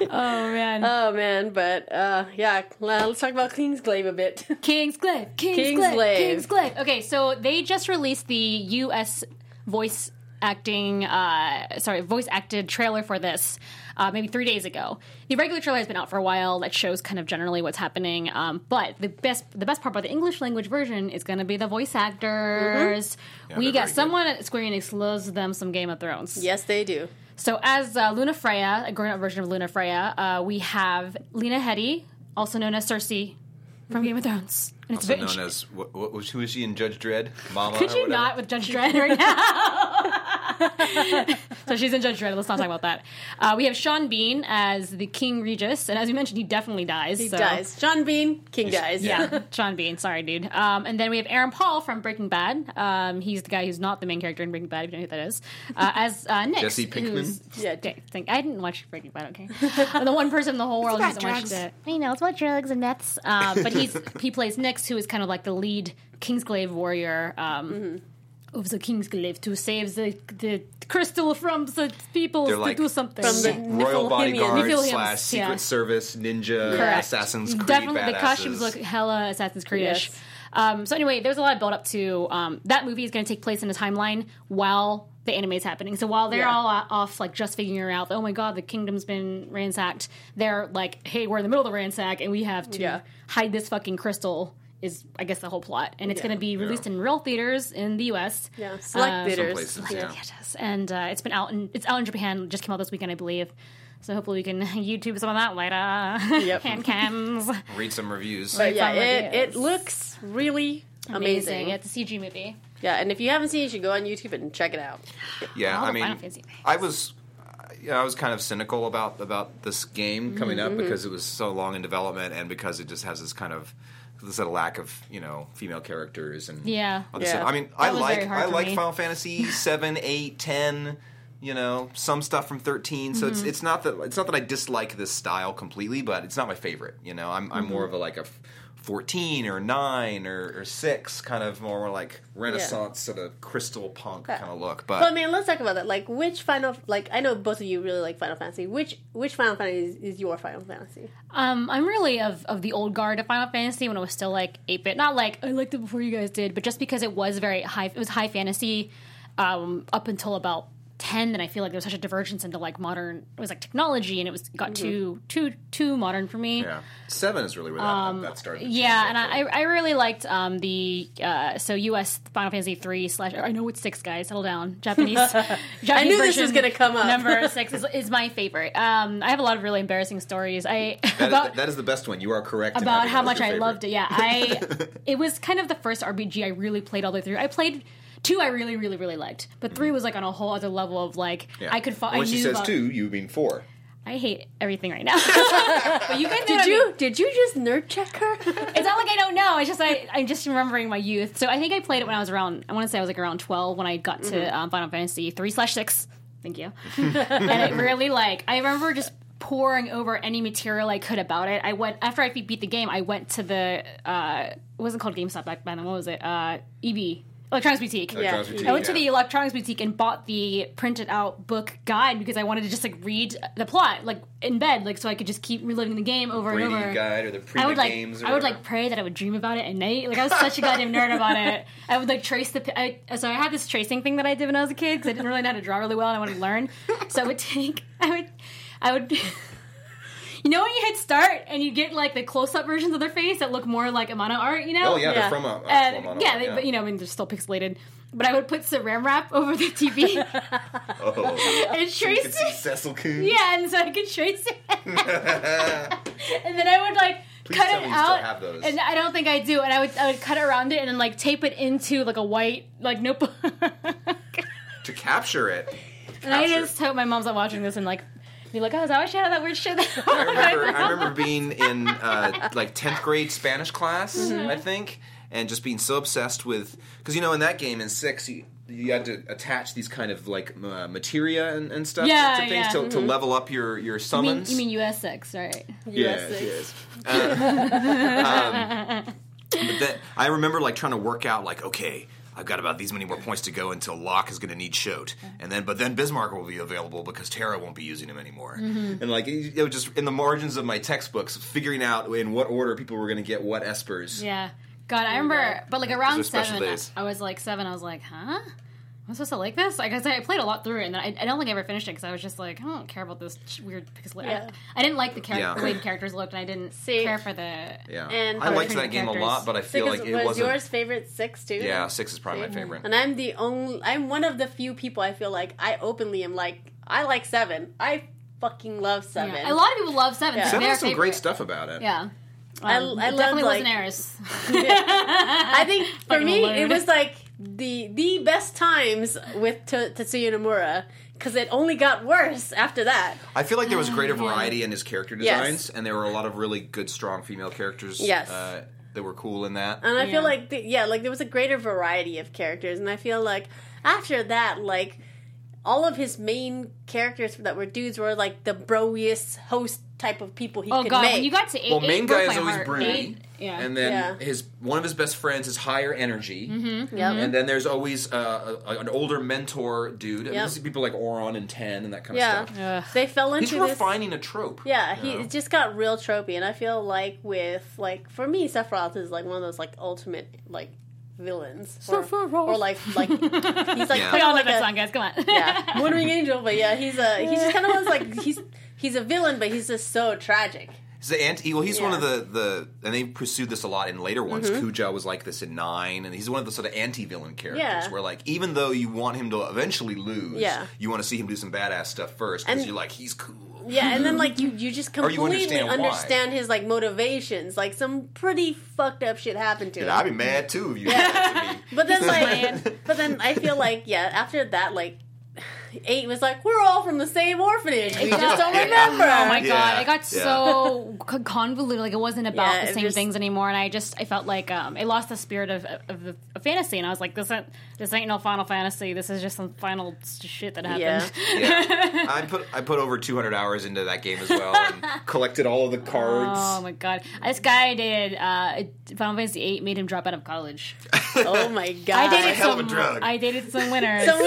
[SPEAKER 3] oh man.
[SPEAKER 1] Oh man, but uh yeah, well, let's talk about Kingsglaive a bit.
[SPEAKER 3] Kingsglaive, Kingsglaive,
[SPEAKER 1] Kingsglaive.
[SPEAKER 3] Kingsglaive. Okay, so they just released the U.S. voice acting, uh, sorry, voice acted trailer for this uh, maybe three days ago. The regular trailer has been out for a while. That shows kind of generally what's happening. Um, but the best, the best part about the English language version is going to be the voice actors. we
[SPEAKER 4] they're
[SPEAKER 3] got
[SPEAKER 4] very good.
[SPEAKER 3] someone at Square Enix loves them some Game of Thrones.
[SPEAKER 1] yes, they do.
[SPEAKER 3] So as uh, Luna Freya, a grown-up version of Luna Freya, uh, we have Lena Headey, also known as Cersei from Game of Thrones. And it's
[SPEAKER 4] also
[SPEAKER 3] very-
[SPEAKER 4] known as what, what was who is she in Judge Dredd? Mama.
[SPEAKER 3] Could
[SPEAKER 4] or
[SPEAKER 3] you
[SPEAKER 4] whatever?
[SPEAKER 3] not with Judge Dredd right now? so she's in Judge Dredd. Let's not talk about that. Uh, we have Sean Bean as the King Regis, and as we mentioned, he definitely dies.
[SPEAKER 1] He dies. John Bean, King dies.
[SPEAKER 3] Yeah, Sean Bean. Sorry, dude. Um, and then we have Aaron Paul from Breaking Bad. Um, he's the guy who's not the main character in Breaking Bad. If you know who that is, uh, as uh, Nick.
[SPEAKER 4] Jesse Pinkman?
[SPEAKER 3] who's-
[SPEAKER 1] Yeah.
[SPEAKER 3] Dang, thank- I didn't watch Breaking Bad. Okay, I'm the one person in the whole world who hasn't watched it. I know it's about drugs and meths. Uh, but he's he plays Nyx, who is kind of like the lead Kingsglaive warrior. Um,
[SPEAKER 1] Mm-hmm.
[SPEAKER 3] Of the Kingsglaive to save the, the crystal from the people
[SPEAKER 4] They're
[SPEAKER 3] to
[SPEAKER 4] like
[SPEAKER 3] do something.
[SPEAKER 1] From the
[SPEAKER 4] Royal
[SPEAKER 1] Niflheimian-
[SPEAKER 4] bodyguard
[SPEAKER 3] Niflheimians,
[SPEAKER 4] slash secret
[SPEAKER 3] yeah.
[SPEAKER 4] service ninja
[SPEAKER 3] Correct.
[SPEAKER 4] assassins creed
[SPEAKER 3] Definitely, the
[SPEAKER 4] badasses.
[SPEAKER 3] costumes look hella Assassin's Creed-ish.
[SPEAKER 1] Yes.
[SPEAKER 3] Um, so anyway, there's a lot of build up to um, that movie is going to take place in a timeline while the anime is happening. So while they're
[SPEAKER 1] Yeah.
[SPEAKER 3] all uh, off, like just figuring out, oh my god, the kingdom's been ransacked. They're like, hey, we're in the middle of the ransack, and we have to
[SPEAKER 1] Yeah.
[SPEAKER 3] hide this fucking crystal. Is I guess the whole plot, and it's
[SPEAKER 1] Yeah.
[SPEAKER 3] going to be released in real theaters in the U.S.
[SPEAKER 1] Yeah. Select
[SPEAKER 3] Um,
[SPEAKER 1] theaters.
[SPEAKER 4] places,
[SPEAKER 3] Yeah,
[SPEAKER 4] yeah.
[SPEAKER 3] it does. And uh, it's been out in it's out in Japan. Just came out this weekend, I believe. So hopefully we can YouTube some of that later.
[SPEAKER 1] Yep.
[SPEAKER 3] Hand cams.
[SPEAKER 4] Read some reviews.
[SPEAKER 1] But yeah,
[SPEAKER 3] on what
[SPEAKER 1] it,
[SPEAKER 3] it
[SPEAKER 1] it
[SPEAKER 3] is.
[SPEAKER 1] looks really amazing.
[SPEAKER 3] It's a CG movie.
[SPEAKER 1] Yeah, and if you haven't seen it, you should go on YouTube and check it out.
[SPEAKER 4] Yeah,
[SPEAKER 3] All
[SPEAKER 4] I
[SPEAKER 3] the
[SPEAKER 4] mean,
[SPEAKER 3] Final Fantasy things.
[SPEAKER 4] I was, yeah, I was kind of cynical about about this game coming up
[SPEAKER 1] Mm-hmm.
[SPEAKER 4] because it was so long in development and because it just has this kind of this sort of lack of you know female characters and
[SPEAKER 3] Yeah.
[SPEAKER 4] other
[SPEAKER 1] Yeah.
[SPEAKER 4] stuff. I mean,
[SPEAKER 3] That
[SPEAKER 4] I
[SPEAKER 3] was very
[SPEAKER 4] like
[SPEAKER 3] hard
[SPEAKER 4] I
[SPEAKER 3] for
[SPEAKER 4] like
[SPEAKER 3] me.
[SPEAKER 4] Final Fantasy seven, eight, ten. You know, some stuff from thirteen. So
[SPEAKER 3] Mm-hmm.
[SPEAKER 4] it's it's not that it's not that I dislike this style completely, but it's not my favorite. You know, I'm I'm
[SPEAKER 3] Mm-hmm.
[SPEAKER 4] more of a like a. 14 or 9 or, or 6 kind of more like renaissance sort of crystal punk kind of look but
[SPEAKER 1] But I mean, let's talk about that. Like, which Final? Like, I know both of you really like Final Fantasy. Which which Final Fantasy is, is your Final Fantasy?
[SPEAKER 3] Um, I'm really of, of the old guard of Final Fantasy when it was still like 8 bit. Not like I liked it before you guys did, but just because it was very high, it was high fantasy um, up until about 10. Then I feel like there was such a divergence into like modern, it was like technology and it was got too, too, too modern for me.
[SPEAKER 4] Yeah, seven is really where that, that started. to change,
[SPEAKER 3] Um, Yeah, and
[SPEAKER 4] think.
[SPEAKER 3] I, I really liked um, the uh, so U.S. Final Fantasy three slash I know it's six guys settle down Japanese. Japanese I
[SPEAKER 1] knew this was gonna come up.
[SPEAKER 3] Number six is, is my favorite. Um, I have a lot of really embarrassing stories. I
[SPEAKER 4] That is
[SPEAKER 3] about
[SPEAKER 4] the, that is the best one. You are correct in
[SPEAKER 3] about
[SPEAKER 4] having
[SPEAKER 3] how much
[SPEAKER 4] that as your
[SPEAKER 3] I
[SPEAKER 4] favorite.
[SPEAKER 3] loved it. Yeah, I it was kind of the first RPG I really played all the way through. I played Two I really, really, really liked, but three was like on a whole other level of like
[SPEAKER 4] Mm-hmm. Yeah.
[SPEAKER 3] I could. Fo- I
[SPEAKER 5] When
[SPEAKER 3] knew
[SPEAKER 5] she says
[SPEAKER 3] about-
[SPEAKER 5] two, you mean four.
[SPEAKER 3] I hate everything right now. but you guys know
[SPEAKER 1] Did
[SPEAKER 3] what I mean.
[SPEAKER 1] you did you just nerd check her?
[SPEAKER 3] It's not like I don't know. It's just I, I'm just remembering my youth. So I think I played it when I was around. I want to say I was like around 12 when I got to um, Final Fantasy three slash six. Thank you. and it really like I remember just pouring over any material I could about it. I went after I beat the game. I went to the uh, it wasn't called GameStop back then. What was it? Uh, EB Electronics Boutique.
[SPEAKER 1] Yeah.
[SPEAKER 4] Drives me to-
[SPEAKER 3] I went to the
[SPEAKER 4] Oh, yeah.
[SPEAKER 3] electronics boutique and bought the printed out book guide because I wanted to just like read the plot like in bed like so I could just keep reliving the game over
[SPEAKER 5] Brady
[SPEAKER 3] and over.
[SPEAKER 5] guide or the pre
[SPEAKER 3] I would like
[SPEAKER 5] games. Or
[SPEAKER 3] I would
[SPEAKER 5] whatever.
[SPEAKER 3] like pray that I would dream about it at night. Like I was such a goddamn nerd about it. I would like trace the. pi- I, so I had this tracing thing that I did when I was a kid because I didn't really know how to draw really well and I wanted to learn. So I would take. I would. I would. You know when you hit start and you get like the close-up versions of their face that look more like Amano art, you know?
[SPEAKER 5] Oh yeah,
[SPEAKER 1] Yeah.
[SPEAKER 5] they're from
[SPEAKER 4] uh,
[SPEAKER 5] a, a
[SPEAKER 3] And-
[SPEAKER 5] Flamengo,
[SPEAKER 3] yeah, they, but you know, I mean, they're still pixelated. But I would put saran wrap over the TV
[SPEAKER 5] Oh.
[SPEAKER 3] and
[SPEAKER 5] You
[SPEAKER 3] trace
[SPEAKER 5] could see
[SPEAKER 3] it.
[SPEAKER 5] Cecil Coon.
[SPEAKER 3] Yeah, and so I could trace it. and then I would like cut
[SPEAKER 5] tell
[SPEAKER 3] it
[SPEAKER 5] me you
[SPEAKER 3] out.
[SPEAKER 5] still have those.
[SPEAKER 3] And I don't think I do. And I would I would cut around it and then like tape it into like a white like notebook.
[SPEAKER 4] to capture it.
[SPEAKER 3] and I just hope my mom's not watching this and like be like, oh, is that why she had that weird shit?
[SPEAKER 4] I remember, I remember being in uh, like 10th grade Spanish class,
[SPEAKER 3] Mm-hmm.
[SPEAKER 4] I think, and just being so obsessed with because you know in that game in six you, you had to attach these kind of like uh, materia and, and stuff
[SPEAKER 3] Yeah,
[SPEAKER 4] to things
[SPEAKER 3] yeah. Mm-hmm.
[SPEAKER 4] to, to level up your your
[SPEAKER 3] you mean,
[SPEAKER 4] summons.
[SPEAKER 3] you mean US six, right?
[SPEAKER 1] US six.
[SPEAKER 4] Um, But that I remember like trying to work out like okay. I've got about these many more points to go until Locke is going to need Shote, and then but then Bismarck will be available because Terra won't be using him anymore.
[SPEAKER 1] Mm-hmm.
[SPEAKER 4] And like it it was just in the margins of my textbooks, figuring out in what order people were going to get what espers.
[SPEAKER 3] Yeah. God, I remember, but like around
[SPEAKER 4] Those are special
[SPEAKER 3] seven,
[SPEAKER 4] days.
[SPEAKER 3] I was like seven. I was like, huh? I'm supposed to like this? Like I said, I played a lot through it, and then I, I don't think I ever finished it because I was just like, I don't care about this ch- weird pixel.
[SPEAKER 1] Yeah.
[SPEAKER 3] I, I didn't like the, char-
[SPEAKER 4] Yeah.
[SPEAKER 3] the way the characters looked, and I didn't
[SPEAKER 1] See.
[SPEAKER 3] care for the.
[SPEAKER 4] Yeah,
[SPEAKER 1] And-
[SPEAKER 4] I liked
[SPEAKER 3] Cartoon
[SPEAKER 4] that game a
[SPEAKER 3] characters.
[SPEAKER 4] lot, but I feel
[SPEAKER 1] Six
[SPEAKER 4] like
[SPEAKER 1] is-
[SPEAKER 4] it
[SPEAKER 1] was
[SPEAKER 4] wasn't.
[SPEAKER 1] yours favorite six too.
[SPEAKER 4] yeah, six is probably my favorite.
[SPEAKER 1] And I'm the only. I'm one of the few people I feel like I openly am like I like seven. I fucking love seven.
[SPEAKER 3] Yeah. A lot of people love seven.
[SPEAKER 1] Yeah.
[SPEAKER 3] It's
[SPEAKER 4] Seven
[SPEAKER 3] their
[SPEAKER 4] has some
[SPEAKER 3] favorite.
[SPEAKER 4] great stuff about it.
[SPEAKER 3] Yeah. Um,
[SPEAKER 1] I- I
[SPEAKER 3] it
[SPEAKER 1] love,
[SPEAKER 3] definitely
[SPEAKER 1] like-
[SPEAKER 3] wasn't ours.
[SPEAKER 1] I think for
[SPEAKER 3] Fucking
[SPEAKER 1] me
[SPEAKER 3] alert.
[SPEAKER 1] it was like the the best times with T- Tetsuya Nomura because it only got worse after that.
[SPEAKER 4] I feel like there was greater variety in his character designs,
[SPEAKER 1] Mm. Yes.
[SPEAKER 4] and there were a lot of really good, strong female characters.
[SPEAKER 1] Yes. Um,
[SPEAKER 4] uh, that were cool in that.
[SPEAKER 1] And I
[SPEAKER 3] Yeah.
[SPEAKER 1] feel like the, yeah, like there was a greater variety of characters, and I feel like after that, like all of his main characters that were dudes were like the broiest host type of people he
[SPEAKER 3] oh
[SPEAKER 1] could
[SPEAKER 3] god,
[SPEAKER 1] make.
[SPEAKER 3] when you got to eight,
[SPEAKER 4] well,
[SPEAKER 3] eight
[SPEAKER 4] main
[SPEAKER 3] broke
[SPEAKER 4] guy
[SPEAKER 3] my
[SPEAKER 4] is always
[SPEAKER 3] heart.
[SPEAKER 4] broody,
[SPEAKER 3] Eight- yeah.
[SPEAKER 4] and then
[SPEAKER 1] Yeah. Mm-hmm.
[SPEAKER 4] his one of his best friends is higher energy,
[SPEAKER 3] Mhm.
[SPEAKER 1] Yep.
[SPEAKER 4] and then there's always uh, a, an older mentor dude. And
[SPEAKER 1] Yep.
[SPEAKER 4] this is people like Oron and Ten and that kind
[SPEAKER 1] yeah,
[SPEAKER 4] of stuff.
[SPEAKER 3] Ugh.
[SPEAKER 1] they fell into
[SPEAKER 4] He's
[SPEAKER 1] this.
[SPEAKER 4] refining a trope.
[SPEAKER 1] Yeah,
[SPEAKER 4] you
[SPEAKER 1] he
[SPEAKER 4] know?
[SPEAKER 1] it just got real tropey, and I feel like with like for me, Sephiroth is like one of those like ultimate like villains, or,
[SPEAKER 3] Sephiroth.
[SPEAKER 1] or like like he's like
[SPEAKER 4] Yeah.
[SPEAKER 3] we
[SPEAKER 1] kinda
[SPEAKER 3] all know
[SPEAKER 1] like
[SPEAKER 3] that
[SPEAKER 1] a-
[SPEAKER 3] song, guys. Come on.
[SPEAKER 1] yeah, Moon Ring Angel, but yeah, he's a he's just kind of like he's he's a villain, but he's just so tragic.
[SPEAKER 4] He's the anti. Well, he's one
[SPEAKER 1] Yeah. Mm-hmm.
[SPEAKER 4] of the the, and they pursued this a lot in later ones. Kuja was like this in nine, and he's one of the sort of anti-villain characters
[SPEAKER 1] Yeah.
[SPEAKER 4] where, like, even though you want him to eventually lose,
[SPEAKER 1] Yeah.
[SPEAKER 4] you want to see him do some badass stuff first because
[SPEAKER 1] And-
[SPEAKER 4] you're like, he's cool.
[SPEAKER 1] Yeah, and then like you you just
[SPEAKER 4] Or you
[SPEAKER 1] completely
[SPEAKER 4] understand why.
[SPEAKER 1] understand, his like motivations. Like some pretty fucked up shit happened to
[SPEAKER 4] And
[SPEAKER 1] him.
[SPEAKER 4] I'd be mad too if you. did that to me.
[SPEAKER 1] But then like, but then I feel like yeah. After that, like eight was like we're all from the same orphanage. We just don't remember.
[SPEAKER 3] Oh my
[SPEAKER 4] Yeah.
[SPEAKER 3] god, it got
[SPEAKER 4] Yeah.
[SPEAKER 3] so c- convoluted. Like it wasn't about
[SPEAKER 1] Yeah,
[SPEAKER 3] the
[SPEAKER 1] it
[SPEAKER 3] same
[SPEAKER 1] just-
[SPEAKER 3] things anymore, and I just I felt like um, it lost the spirit of of, the, of fantasy. And I was like, this ain't this ain't no Final Fantasy. This is just some final s- shit that happened.
[SPEAKER 1] Yeah.
[SPEAKER 4] Yeah. I put I put over 200 hours into that game as well, and collected all of the cards.
[SPEAKER 3] Oh my god, this guy I dated uh, Final Fantasy VIII made him drop out of college.
[SPEAKER 1] Oh my god!
[SPEAKER 3] I dated
[SPEAKER 4] hell of Ah, a
[SPEAKER 3] some
[SPEAKER 4] drug.
[SPEAKER 3] I dated some winners.
[SPEAKER 1] the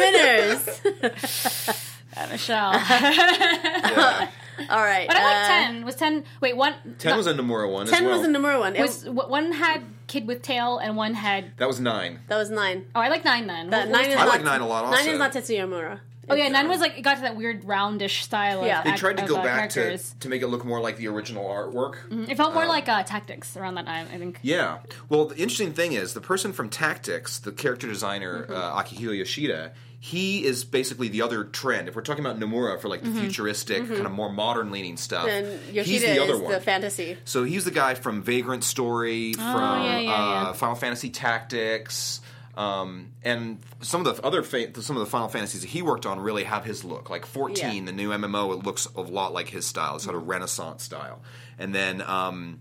[SPEAKER 1] winners.
[SPEAKER 3] Michelle.
[SPEAKER 4] Yeah.
[SPEAKER 1] All right,
[SPEAKER 3] But I like
[SPEAKER 1] uh,
[SPEAKER 3] ten. Was ten? Wait, one.
[SPEAKER 4] Ten was a Nomura one.
[SPEAKER 1] Ten
[SPEAKER 4] as well.
[SPEAKER 1] was the number one. It
[SPEAKER 3] Was w- one had kid with tail and one had
[SPEAKER 4] that was nine.
[SPEAKER 1] that was nine.
[SPEAKER 3] oh I like nine then
[SPEAKER 1] That
[SPEAKER 3] What was
[SPEAKER 1] nine is
[SPEAKER 4] I
[SPEAKER 1] not,
[SPEAKER 4] like nine a lot. Also,
[SPEAKER 1] Nine is not Tetsuya Nomura.
[SPEAKER 3] Oh yeah, nine was like it got to that weird roundish style. Of
[SPEAKER 1] um, Yeah.
[SPEAKER 3] act,
[SPEAKER 1] They
[SPEAKER 4] They tried to
[SPEAKER 3] of,
[SPEAKER 4] go
[SPEAKER 3] uh,
[SPEAKER 4] back to,
[SPEAKER 3] characters.
[SPEAKER 4] to make it look more like the original artwork.
[SPEAKER 1] Mm-hmm.
[SPEAKER 3] It felt more like uh, tactics around that time. I think.
[SPEAKER 4] Yeah. Well, the interesting thing is the person from Tactics, the character
[SPEAKER 1] Mm-hmm.
[SPEAKER 4] designer uh, Akihiro Yoshida, he is basically the other trend. If we're talking about Nomura for like the futuristic, kind of more modern leaning stuff,
[SPEAKER 1] And
[SPEAKER 4] he's
[SPEAKER 1] Mm-hmm. Yoshida
[SPEAKER 4] the other
[SPEAKER 1] is
[SPEAKER 4] one.
[SPEAKER 1] the Oh, fantasy.
[SPEAKER 4] so he's the guy from Vagrant Story, from
[SPEAKER 3] yeah, yeah, yeah.
[SPEAKER 4] Uh, Final Fantasy Tactics. Um, and some of the other fa- some of the Final Fantasies that he worked on really have his look. Like 14,
[SPEAKER 1] Yeah.
[SPEAKER 4] the new MMO, it looks a lot like his style, sort of Renaissance style. And then um,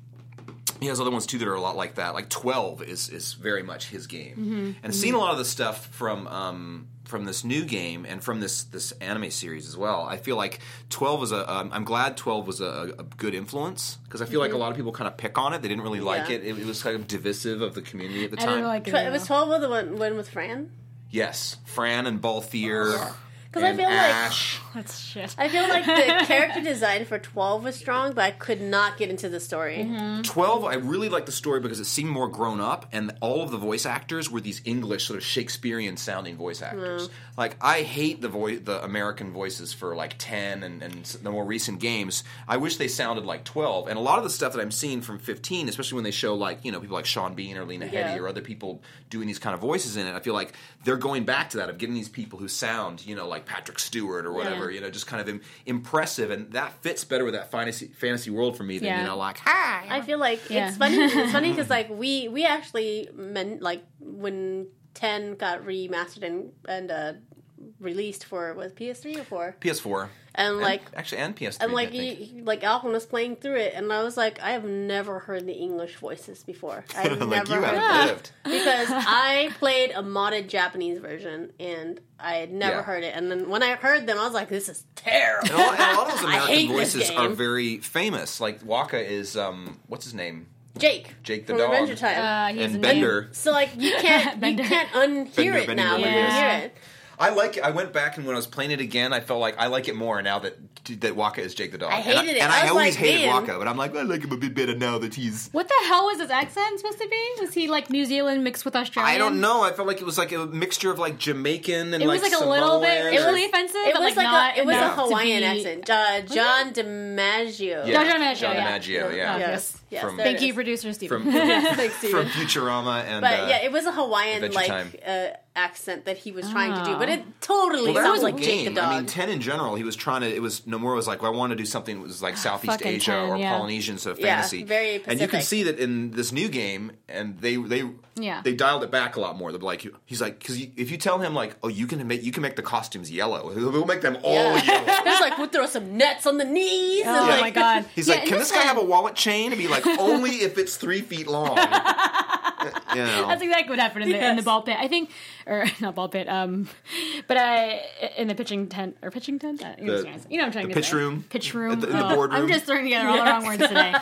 [SPEAKER 4] he has other ones too that are a lot like that. Like 12 is is very much his game.
[SPEAKER 1] Mm-hmm.
[SPEAKER 4] And seen a lot of the stuff from um, from this new game and from this this anime series as well. I feel like 12 is a um, I'm glad 12 was a, a good influence because I feel like a lot of people kind of pick on it. They didn't really like
[SPEAKER 1] Mm-hmm. Yeah.
[SPEAKER 4] it. it. It was kind of divisive of the community at the
[SPEAKER 3] I
[SPEAKER 4] time.
[SPEAKER 3] didn't like it.
[SPEAKER 1] Tw-
[SPEAKER 3] at
[SPEAKER 1] it was
[SPEAKER 3] all.
[SPEAKER 1] twelve with the one, one with Fran.
[SPEAKER 4] Yes, Fran and Balthier.
[SPEAKER 1] Because I
[SPEAKER 4] and
[SPEAKER 1] feel
[SPEAKER 4] Ash.
[SPEAKER 3] That's shit.
[SPEAKER 1] like I feel like the character design for twelve was strong, but I could not get into the story. Mm-hmm.
[SPEAKER 4] 12, I really liked the story because it seemed more grown up, and all of the voice actors were these English, sort of Shakespearean sounding voice actors. Like, I hate the voice, the American voices for like 10 and, and s- the more recent games. I wish they sounded like 12. And a lot of the stuff that I'm seeing from 15, especially when they show like, you know, people like Sean Bean or Lena Headey
[SPEAKER 1] Yeah.
[SPEAKER 4] or other people doing these kind of voices in it, I feel like they're going back to that of getting these people who sound, you know, like Patrick Stewart or whatever, you know, just kind of im- impressive. And that fits better with that fantasy, fantasy world for me than,
[SPEAKER 3] Yeah.
[SPEAKER 4] you know, like, hi.
[SPEAKER 1] I feel like
[SPEAKER 3] Yeah.
[SPEAKER 1] it's funny. It's funny because like we we actually meant like when ten got remastered and and uh, released for was PS3 or four,
[SPEAKER 4] PS4
[SPEAKER 1] and like
[SPEAKER 4] actually and PS3.
[SPEAKER 1] and
[SPEAKER 4] I
[SPEAKER 1] like
[SPEAKER 4] think.
[SPEAKER 1] you, like Alvin was playing through it, and I was like, I have never heard the English voices before. I've never
[SPEAKER 4] like you
[SPEAKER 1] heard
[SPEAKER 4] haven't
[SPEAKER 1] them.
[SPEAKER 4] lived.
[SPEAKER 1] because I played a modded Japanese version and I had never
[SPEAKER 4] Yeah.
[SPEAKER 1] heard it. And then when I heard them, I was like, "This is terrible."
[SPEAKER 4] And a lot, and a lot of those
[SPEAKER 1] I
[SPEAKER 4] American
[SPEAKER 1] hate this
[SPEAKER 4] voices
[SPEAKER 1] game.
[SPEAKER 4] are very famous. Like Waka is um, what's his name?
[SPEAKER 1] Jake,
[SPEAKER 4] Jake the
[SPEAKER 1] from
[SPEAKER 4] dog.
[SPEAKER 1] Adventure Time.
[SPEAKER 3] Uh, he has
[SPEAKER 4] and
[SPEAKER 3] a name.
[SPEAKER 4] Bender.
[SPEAKER 1] so like you can't you
[SPEAKER 3] Bender.
[SPEAKER 1] can't unhear
[SPEAKER 4] Bender,
[SPEAKER 1] it
[SPEAKER 4] Bender
[SPEAKER 1] now when you
[SPEAKER 3] Rodriguez.
[SPEAKER 1] hear it.
[SPEAKER 4] I like. it. I went back and when I was playing it again, I felt like I like it more now that that Waka is Jake the dog.
[SPEAKER 1] I
[SPEAKER 4] and
[SPEAKER 1] hated it.
[SPEAKER 4] and
[SPEAKER 1] I
[SPEAKER 4] I,
[SPEAKER 1] was
[SPEAKER 4] always
[SPEAKER 1] like,
[SPEAKER 4] hated
[SPEAKER 1] "Man."
[SPEAKER 4] Waka, but I'm like I like him a bit better now that he's.
[SPEAKER 3] What the hell was his accent supposed to be? Was he like New Zealand mixed with Australian?
[SPEAKER 4] I don't know. I felt like it was like a mixture of like Jamaican and
[SPEAKER 3] It was like, a little bit
[SPEAKER 4] Samoan.
[SPEAKER 1] It
[SPEAKER 3] racially
[SPEAKER 1] was-
[SPEAKER 3] offensive,
[SPEAKER 1] It
[SPEAKER 3] but
[SPEAKER 1] was
[SPEAKER 3] like,
[SPEAKER 1] like,
[SPEAKER 3] not
[SPEAKER 1] a, it was a
[SPEAKER 3] enough to
[SPEAKER 1] Hawaiian
[SPEAKER 3] be-
[SPEAKER 1] accent. Uh, John DiMaggio.
[SPEAKER 4] Yeah,
[SPEAKER 3] John DiMaggio,
[SPEAKER 4] John
[SPEAKER 3] yeah.
[SPEAKER 4] DiMaggio,
[SPEAKER 1] Oh,
[SPEAKER 4] yeah.
[SPEAKER 1] Yes. yes
[SPEAKER 4] From-
[SPEAKER 1] there
[SPEAKER 3] Thank
[SPEAKER 1] it
[SPEAKER 3] you,
[SPEAKER 1] is.
[SPEAKER 3] producer Steve.
[SPEAKER 4] From
[SPEAKER 1] Thanks, Steven.
[SPEAKER 4] from Futurama and
[SPEAKER 1] But
[SPEAKER 4] uh,
[SPEAKER 1] yeah, it was a Hawaiian
[SPEAKER 4] Adventure
[SPEAKER 1] like
[SPEAKER 4] Time.
[SPEAKER 1] uh, accent that he was trying to do,
[SPEAKER 3] Oh.
[SPEAKER 1] but it totally
[SPEAKER 4] Well, that
[SPEAKER 1] sounds
[SPEAKER 4] was
[SPEAKER 1] like
[SPEAKER 4] a
[SPEAKER 1] Jake the
[SPEAKER 4] game.
[SPEAKER 1] dog.
[SPEAKER 4] I mean, ten in general. He was trying to. It was Nomura was like, well, I want to do something that was like Southeast
[SPEAKER 3] Fucking
[SPEAKER 4] Asia
[SPEAKER 3] 10,
[SPEAKER 4] or
[SPEAKER 3] yeah.
[SPEAKER 4] Polynesian sort of
[SPEAKER 1] Ah, Yeah,
[SPEAKER 4] fantasy.
[SPEAKER 1] very
[SPEAKER 4] And you can
[SPEAKER 1] Pacific.
[SPEAKER 4] see that in this new game, and they they
[SPEAKER 3] Yeah.
[SPEAKER 4] they dialed it back a lot more. They're like, he's like, because if you tell him like, oh, you can make you can make the costumes yellow, we'll make them all
[SPEAKER 1] Yeah.
[SPEAKER 4] yellow.
[SPEAKER 1] There's like we'll throw some nets on the knees.
[SPEAKER 3] Oh
[SPEAKER 1] and like,
[SPEAKER 3] my god.
[SPEAKER 4] He's
[SPEAKER 3] Yeah,
[SPEAKER 4] like,
[SPEAKER 3] and
[SPEAKER 4] can this guy
[SPEAKER 3] one-
[SPEAKER 4] have a wallet chain? And be like, only if it's three feet long. you know.
[SPEAKER 3] That's exactly what happened in the, in the
[SPEAKER 1] Yes.
[SPEAKER 3] ball pit. I think, or not ball pit, um, but I in the pitching tent or pitching tent. Uh, you know what
[SPEAKER 4] The-
[SPEAKER 3] I'm trying to
[SPEAKER 4] the
[SPEAKER 3] say.
[SPEAKER 4] pitch room.
[SPEAKER 3] Pitch room.
[SPEAKER 4] In the- in the
[SPEAKER 3] Oh,
[SPEAKER 4] boardroom.
[SPEAKER 3] I'm just throwing together all the wrong words today.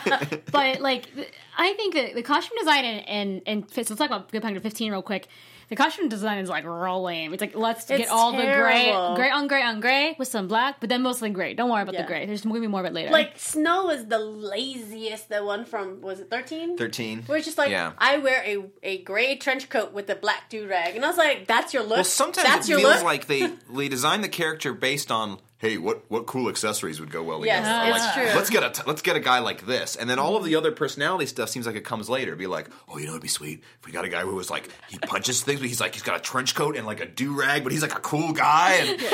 [SPEAKER 3] but like, th- I think that the costume design and and, and fit- so let's talk about Good Punk 15 real quick. The costume design is like rolling. It's like let's get
[SPEAKER 1] It's
[SPEAKER 3] all
[SPEAKER 1] terrible.
[SPEAKER 3] the gray, gray on gray on gray with some black, but then mostly gray. Don't worry about
[SPEAKER 1] Yeah.
[SPEAKER 3] the gray. There's going to be more of it later.
[SPEAKER 1] Like Snow is the laziest. The one from was it thirteen?
[SPEAKER 4] 13.
[SPEAKER 1] Where it's just like
[SPEAKER 4] Yeah.
[SPEAKER 1] I wear a, a gray trench coat with a black do rag, and I was like, "That's your look."
[SPEAKER 4] Well, sometimes
[SPEAKER 1] that's
[SPEAKER 4] it
[SPEAKER 1] your
[SPEAKER 4] feels
[SPEAKER 1] look.
[SPEAKER 4] like they they design the character based on hey, what what cool accessories would go well
[SPEAKER 1] Yes,
[SPEAKER 4] together?
[SPEAKER 1] it's
[SPEAKER 4] Like,
[SPEAKER 1] true.
[SPEAKER 4] Let's get a t- let's get a guy like this, and then all of the other personality stuff seems like it comes later. Be like, oh, you know, it'd be sweet if we got a guy who was like he punches things, but he's like he's got a trench coat and like a do rag, but he's like a cool guy.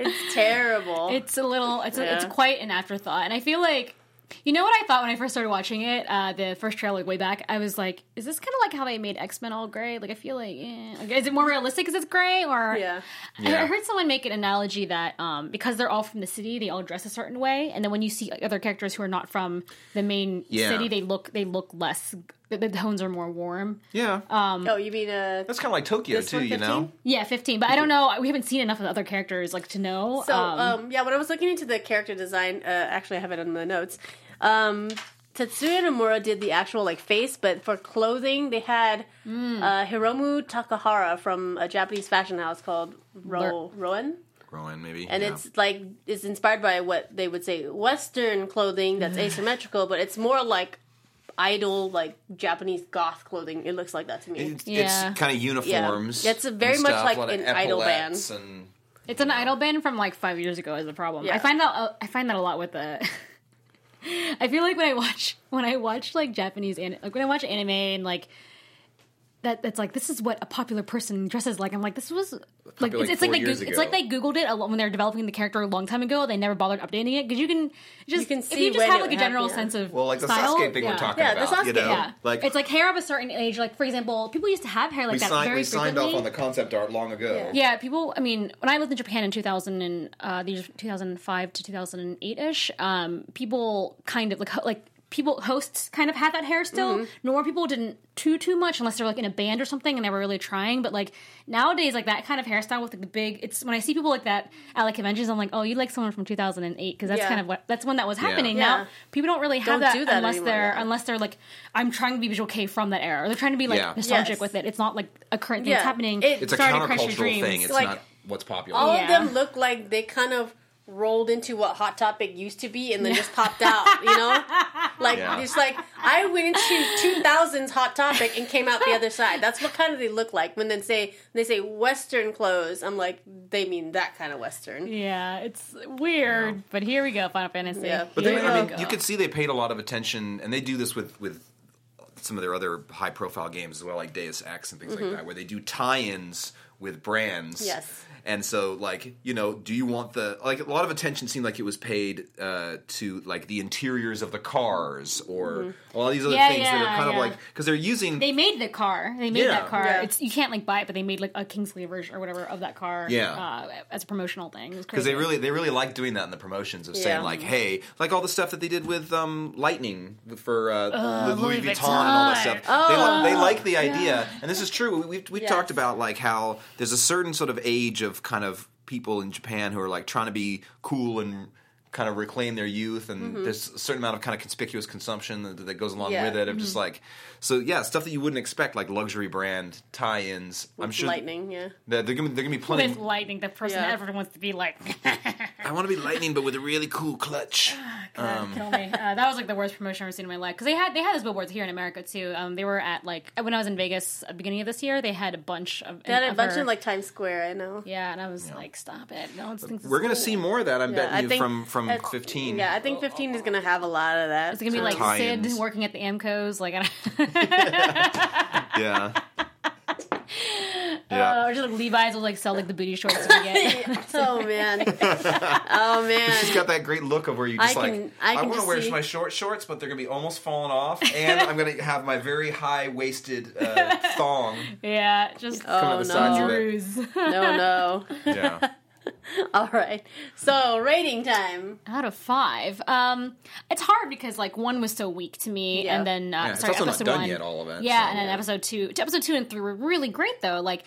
[SPEAKER 4] And,
[SPEAKER 1] it's terrible.
[SPEAKER 3] It's a little. It's a, it's
[SPEAKER 1] Yeah.
[SPEAKER 3] quite an afterthought, and I feel like. You know what I thought when I first started watching it, uh, the first trailer like way back. I was like, "Is this kind of like how they made X Men all gray?" Like, I feel like, eh. like, is it more realistic because it's gray? Or
[SPEAKER 1] yeah,
[SPEAKER 3] I- I,
[SPEAKER 4] Yeah.
[SPEAKER 3] heard someone make an analogy that um, because they're all from the city, they all dress a certain way, and then when you see like, other characters who are not from the main
[SPEAKER 4] Yeah.
[SPEAKER 3] city, they look they look less. The, the tones are more warm.
[SPEAKER 4] yeah,
[SPEAKER 1] oh, you mean uh,
[SPEAKER 4] that's kind of like Tokyo
[SPEAKER 1] this
[SPEAKER 4] too,
[SPEAKER 1] one,
[SPEAKER 4] you know.
[SPEAKER 1] 15?
[SPEAKER 3] Yeah, fifteen, but I don't know. We haven't seen enough of the other characters like to know.
[SPEAKER 1] So um,
[SPEAKER 3] um,
[SPEAKER 1] yeah, when I was looking into the character design, uh, actually I have it on the notes. Um, Tetsuya Nomura did the actual like face, but for clothing they had uh, Hiromu Takahara from a Japanese fashion house called Ro- Roen,
[SPEAKER 4] Rowan, maybe,
[SPEAKER 1] and
[SPEAKER 4] yeah.
[SPEAKER 1] it's like it's inspired by what they would say Western clothing that's asymmetrical, but it's more like idol like Japanese goth clothing. It looks like that to me.
[SPEAKER 4] It's,
[SPEAKER 3] Yeah.
[SPEAKER 4] kind of uniforms.
[SPEAKER 1] It's
[SPEAKER 4] and
[SPEAKER 1] very much
[SPEAKER 4] stuff,
[SPEAKER 1] like
[SPEAKER 4] a lot of
[SPEAKER 1] an idol band.
[SPEAKER 4] epaulettes and-
[SPEAKER 3] It's an idol bin from like five years ago is the problem.
[SPEAKER 1] Yeah.
[SPEAKER 3] I find that I find that a lot with the. I feel like when I watch when I watch like Japanese an- like when I watch anime and like that that's like this is what a popular person dresses like. I'm like this was like
[SPEAKER 5] Probably, like,
[SPEAKER 3] it's, it's like
[SPEAKER 5] four
[SPEAKER 3] they
[SPEAKER 5] years
[SPEAKER 3] Goog- it's like
[SPEAKER 5] ago.
[SPEAKER 3] they googled it a lot when they were developing the character a long time ago. They never bothered updating it because you can just
[SPEAKER 1] You can
[SPEAKER 3] if
[SPEAKER 1] see
[SPEAKER 3] you just
[SPEAKER 1] when
[SPEAKER 3] have
[SPEAKER 1] it
[SPEAKER 3] like a
[SPEAKER 1] would
[SPEAKER 3] general
[SPEAKER 1] happen, yeah.
[SPEAKER 3] sense of
[SPEAKER 4] Well, like the
[SPEAKER 3] style,
[SPEAKER 4] Sasuke thing
[SPEAKER 3] yeah.
[SPEAKER 4] we're talking
[SPEAKER 1] Yeah, the
[SPEAKER 4] about, you
[SPEAKER 1] Sasuke,
[SPEAKER 4] know,
[SPEAKER 1] yeah.
[SPEAKER 4] like
[SPEAKER 3] it's like hair of a certain age. Like for example, people used to have hair like
[SPEAKER 5] we
[SPEAKER 3] that
[SPEAKER 5] signed,
[SPEAKER 3] very
[SPEAKER 5] we signed
[SPEAKER 3] frequently.
[SPEAKER 5] off on the concept art long ago.
[SPEAKER 3] Yeah, people. I mean, when I lived in Japan in 2000 and uh, the years 2005 to 2008 ish, um, people kind of like ho- like people hosts kind of had that hair still.
[SPEAKER 1] Mm-hmm.
[SPEAKER 3] Normal people didn't too too much unless they were like in a band or something and they were really trying. But like nowadays, like that kind of hairstyle with like, the big. It's when I see people like that at like conventions, I'm like, oh, you like someone from 2008 because that's
[SPEAKER 1] Yeah.
[SPEAKER 3] kind of what that's when that was happening.
[SPEAKER 1] Yeah.
[SPEAKER 3] Now people don't really have
[SPEAKER 1] Don't
[SPEAKER 3] that,
[SPEAKER 1] do that
[SPEAKER 3] unless
[SPEAKER 1] anymore,
[SPEAKER 3] they're
[SPEAKER 1] yeah.
[SPEAKER 3] unless they're like I'm trying to be visual K from that era. Or they're trying to be like
[SPEAKER 4] Yeah.
[SPEAKER 3] nostalgic
[SPEAKER 1] Yes.
[SPEAKER 3] with it. It's not like a current thing
[SPEAKER 1] Yeah.
[SPEAKER 3] that's happening.
[SPEAKER 1] It-
[SPEAKER 4] it's a
[SPEAKER 3] Sorry to crush your
[SPEAKER 4] countercultural thing.
[SPEAKER 3] dreams.
[SPEAKER 4] It's
[SPEAKER 1] Like,
[SPEAKER 4] not what's popular.
[SPEAKER 1] All
[SPEAKER 3] Yeah.
[SPEAKER 1] of them look like they kind of rolled into what Hot Topic used to be and then just popped out, you know? Like,
[SPEAKER 4] Yeah.
[SPEAKER 1] it's like, I went into 2000's Hot Topic and came out the other side. That's what kind of they look like. When they say, they say Western clothes, I'm like, they mean that kind of Western.
[SPEAKER 3] Yeah, it's weird, but here we go, Final Fantasy.
[SPEAKER 1] Yeah.
[SPEAKER 4] But
[SPEAKER 3] Here
[SPEAKER 4] they,
[SPEAKER 3] we
[SPEAKER 4] I mean,
[SPEAKER 3] go.
[SPEAKER 4] you could see they paid a lot of attention, and they do this with with some of their other high profile games as well, like Deus Ex and things
[SPEAKER 3] Mm-hmm.
[SPEAKER 4] like that, where they do tie ins with brands.
[SPEAKER 1] Yes.
[SPEAKER 4] And so, like you know, do you want the like a lot of attention seemed like it was paid uh, to like the interiors of the cars or a lot of these
[SPEAKER 3] Mm-hmm.
[SPEAKER 4] other
[SPEAKER 3] Yeah,
[SPEAKER 4] things that
[SPEAKER 3] yeah,
[SPEAKER 4] are kind
[SPEAKER 3] yeah.
[SPEAKER 4] of like because they're using
[SPEAKER 3] They made the car. They made
[SPEAKER 4] Yeah.
[SPEAKER 3] that car.
[SPEAKER 1] Yeah.
[SPEAKER 3] It's you can't like buy it, but they made like a Kingsley version or whatever of that car.
[SPEAKER 4] Yeah.
[SPEAKER 3] uh, as a promotional thing. It was
[SPEAKER 4] because
[SPEAKER 3] crazy.
[SPEAKER 4] they really they really like doing that in the promotions of
[SPEAKER 1] Yeah.
[SPEAKER 4] saying like hey like all the stuff that they did with um lightning for uh, with Louis,
[SPEAKER 3] Louis
[SPEAKER 4] Vuitton, and all that
[SPEAKER 3] Vuitton.
[SPEAKER 4] stuff they, li- they like the idea and this is true we we, we
[SPEAKER 1] Yes.
[SPEAKER 4] talked about like how there's a certain sort of age of kind of people in Japan who are like trying to be cool and kind of reclaim their youth and there's a certain amount of kind of conspicuous consumption that, that goes along
[SPEAKER 1] Yeah.
[SPEAKER 4] with it of just like so yeah stuff that you wouldn't expect like luxury brand tie-ins I'm sure
[SPEAKER 1] Lightning, yeah.
[SPEAKER 4] there there gonna be, there gonna be plenty
[SPEAKER 3] with lightning, the person
[SPEAKER 1] Yeah.
[SPEAKER 3] everyone wants to be like.
[SPEAKER 4] I want to be lightning, but with a really cool clutch. Um.
[SPEAKER 3] Kill me. Uh, that was like the worst promotion I've ever seen in my life because they had they had those billboards here in America too. Um, they were at like when I was in Vegas at the beginning of this year, they had a bunch of
[SPEAKER 1] They had a bunch
[SPEAKER 3] her-
[SPEAKER 1] of like Times Square, I know.
[SPEAKER 3] yeah, and I was like, stop it, no one thinks it's
[SPEAKER 4] We're gonna
[SPEAKER 3] cool.
[SPEAKER 4] see more of that. I'm
[SPEAKER 1] I
[SPEAKER 4] betting you
[SPEAKER 1] think-
[SPEAKER 4] from from
[SPEAKER 1] that's-
[SPEAKER 4] 15.
[SPEAKER 1] Yeah, I think 15 is going to have a lot of that.
[SPEAKER 3] It's gonna be like
[SPEAKER 4] tie-ins.
[SPEAKER 3] Sid working at the Amcos, like I don't.
[SPEAKER 4] yeah. Yeah.
[SPEAKER 3] Or just like Levi's will like sell like the booty shorts that we get.
[SPEAKER 1] oh, man. Oh, man.
[SPEAKER 4] She's got that great look of where you
[SPEAKER 1] I
[SPEAKER 4] just like
[SPEAKER 1] can- I can
[SPEAKER 4] want
[SPEAKER 1] just
[SPEAKER 4] to wear
[SPEAKER 1] see-
[SPEAKER 4] my short shorts, but they're gonna be almost falling off, and I'm gonna have my very high waisted uh, thong
[SPEAKER 3] yeah, just
[SPEAKER 4] coming out
[SPEAKER 1] no.
[SPEAKER 4] the sides of it.
[SPEAKER 3] ruse.
[SPEAKER 1] No, Oh, no.
[SPEAKER 4] Yeah,
[SPEAKER 1] All right. So, rating time.
[SPEAKER 3] Out of five, um, it's hard because like one was so weak to me,
[SPEAKER 1] Yeah.
[SPEAKER 3] and then uh,
[SPEAKER 4] Yeah, it's
[SPEAKER 3] sorry,
[SPEAKER 4] also not
[SPEAKER 3] episode
[SPEAKER 4] done
[SPEAKER 3] one,
[SPEAKER 4] yet, all of it,
[SPEAKER 3] Yeah,
[SPEAKER 4] so-
[SPEAKER 3] and then episode two, to episode two and three were really great though. Like,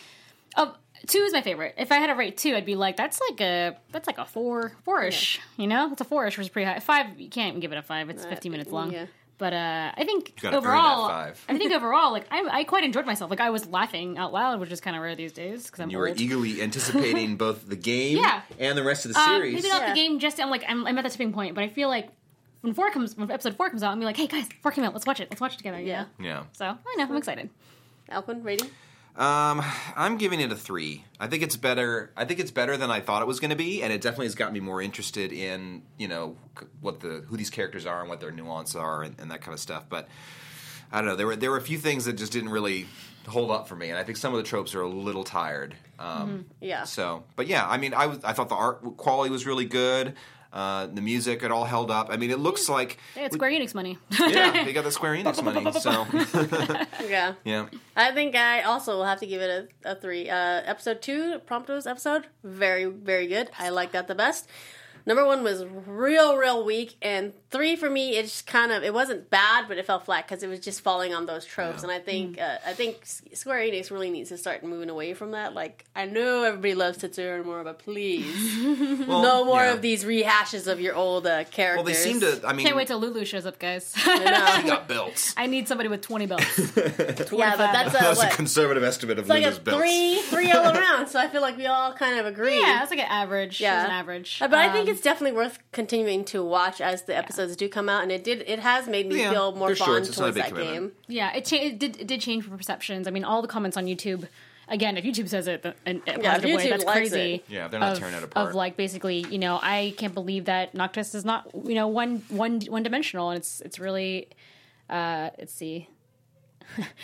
[SPEAKER 3] of two is my favorite. If I had to rate two, I'd be like, that's like a that's like a four, four-ish. You know, that's a four-ish, which is pretty high. Five, you can't even give it a five. It's fifteen minutes long.
[SPEAKER 1] yeah.
[SPEAKER 3] But uh, I think
[SPEAKER 4] Uh, gotta earn that
[SPEAKER 3] overall,
[SPEAKER 4] five.
[SPEAKER 3] I think overall, like I, I quite enjoyed myself. Like I was laughing out loud, which is kind of rare these days because I'm
[SPEAKER 4] you
[SPEAKER 3] old.
[SPEAKER 4] were eagerly anticipating both the game
[SPEAKER 3] Yeah.
[SPEAKER 4] and the rest of the
[SPEAKER 1] Uh,
[SPEAKER 3] Um,
[SPEAKER 4] series.
[SPEAKER 3] maybe not
[SPEAKER 1] Yeah.
[SPEAKER 3] the game. Just I'm like I'm, I'm at the tipping point, but I feel like when four comes, when episode four comes out, I'm gonna be like, hey guys, four came out. Let's watch it. Let's watch it together. you
[SPEAKER 1] Yeah.
[SPEAKER 3] know?
[SPEAKER 4] yeah,
[SPEAKER 3] So I know I'm excited.
[SPEAKER 1] Alquin, rating?
[SPEAKER 4] Um, I'm giving it a three. I think it's better. I think it's better than I thought it was going to be, and it definitely has got me more interested in you know c- what the who these characters are and what their nuance are and, and that kind of stuff. But I don't know. There were there were a few things that just didn't really hold up for me, and I think some of the tropes are a little tired.
[SPEAKER 3] Mm-hmm.
[SPEAKER 4] Um,
[SPEAKER 1] Yeah.
[SPEAKER 4] So, but yeah, I mean, I was I thought the art quality was really good. Uh, the music, it all held up. I mean, it looks like
[SPEAKER 3] Hey, it's Square Enix money.
[SPEAKER 4] yeah, they got the Square Enix money. So
[SPEAKER 1] Yeah.
[SPEAKER 4] yeah,
[SPEAKER 1] I think I also will have to give it a, a three. Uh, episode two, Prompto's episode, very, very good. I like that the best. Number one was real, real weak, and three for me, it's just kind of it wasn't bad, but it fell flat because it was just falling on those tropes. And I think uh, I think S- Square Enix really needs to start moving away from that. Like I know everybody loves Tetsuya and more, but please,
[SPEAKER 4] Well,
[SPEAKER 1] no more
[SPEAKER 4] yeah.
[SPEAKER 1] of these rehashes of your old uh, characters.
[SPEAKER 4] Well, they seem to. I mean,
[SPEAKER 3] Can't wait till Lulu shows up, guys.
[SPEAKER 1] I know.
[SPEAKER 4] got belts.
[SPEAKER 3] I need somebody with 20
[SPEAKER 1] yeah,
[SPEAKER 3] belts.
[SPEAKER 1] but that's a,
[SPEAKER 4] That's
[SPEAKER 1] what?
[SPEAKER 4] a conservative estimate of
[SPEAKER 1] like a
[SPEAKER 4] Luna's belts.
[SPEAKER 1] three, three all around. So I feel like we all kind of agree.
[SPEAKER 3] yeah, that's like an average. Yeah,
[SPEAKER 1] Yeah.
[SPEAKER 3] an average.
[SPEAKER 1] Uh, But I think
[SPEAKER 3] Um,
[SPEAKER 1] it's definitely worth continuing to watch as the episodes do come out, and it did. It has made me
[SPEAKER 4] Yeah,
[SPEAKER 1] feel more
[SPEAKER 4] they're
[SPEAKER 1] fond
[SPEAKER 4] shorts, it's not a
[SPEAKER 1] towards
[SPEAKER 4] big
[SPEAKER 1] that
[SPEAKER 4] commitment.
[SPEAKER 1] game.
[SPEAKER 3] yeah. It, cha- it did it did change perceptions. I mean, all the comments on YouTube. Again, if YouTube says it th- in a
[SPEAKER 1] Yeah, if
[SPEAKER 3] positive way,
[SPEAKER 1] YouTube
[SPEAKER 3] that's
[SPEAKER 1] likes
[SPEAKER 3] crazy.
[SPEAKER 1] it.
[SPEAKER 4] Yeah, they're not
[SPEAKER 3] of,
[SPEAKER 4] tearing it apart.
[SPEAKER 3] Of like basically, you know, I can't believe that Noctis is not you know one one one dimensional, and it's it's really uh, let's see.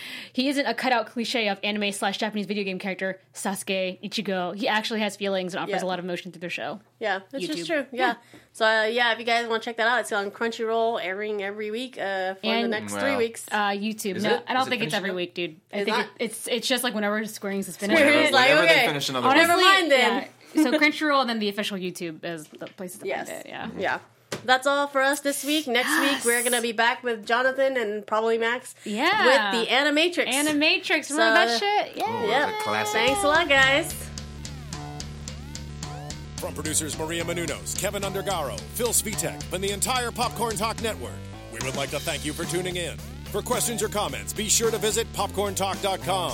[SPEAKER 3] he isn't a cutout cliche of anime slash Japanese video game character Sasuke Ichigo. He actually has feelings and offers
[SPEAKER 1] Yeah.
[SPEAKER 3] a lot of emotion through their show.
[SPEAKER 1] Yeah, that's just
[SPEAKER 3] YouTube.
[SPEAKER 1] true. Yeah. So uh, yeah, if you guys want to check that out, it's on Crunchyroll, airing every week uh, for the
[SPEAKER 3] And-
[SPEAKER 1] next
[SPEAKER 4] Wow.
[SPEAKER 1] three weeks.
[SPEAKER 3] Uh, YouTube.
[SPEAKER 4] Is
[SPEAKER 3] no,
[SPEAKER 4] it?
[SPEAKER 3] I don't
[SPEAKER 4] Is it
[SPEAKER 3] think it's
[SPEAKER 4] finishing
[SPEAKER 3] every
[SPEAKER 4] up?
[SPEAKER 3] week, dude. I
[SPEAKER 1] It's
[SPEAKER 3] think
[SPEAKER 1] not?
[SPEAKER 3] it, it's it's just like whenever Squaring's is finished.
[SPEAKER 1] Squaring's
[SPEAKER 4] Whenever,
[SPEAKER 1] It's like,
[SPEAKER 4] whenever
[SPEAKER 1] okay.
[SPEAKER 4] they finish another
[SPEAKER 1] Honestly-
[SPEAKER 4] one.
[SPEAKER 1] Never mind then.
[SPEAKER 3] yeah. so Crunchyroll and then the official YouTube is the place to
[SPEAKER 1] yes.
[SPEAKER 3] find it. Yeah.
[SPEAKER 1] Yeah. That's all for us this week. Next week we're gonna be back with Jonathan and probably Max.
[SPEAKER 3] Yeah.
[SPEAKER 1] With the Animatrix.
[SPEAKER 3] Animatrix,
[SPEAKER 1] So-
[SPEAKER 3] remember that shit? Yeah.
[SPEAKER 4] Ooh, that was a classic.
[SPEAKER 1] Thanks a lot, guys.
[SPEAKER 2] From producers Maria Menunos, Kevin Undergaro, Phil Svitek, and the entire Popcorn Talk Network, we would like to thank you for tuning in. For questions or comments, be sure to visit popcorntalk.com.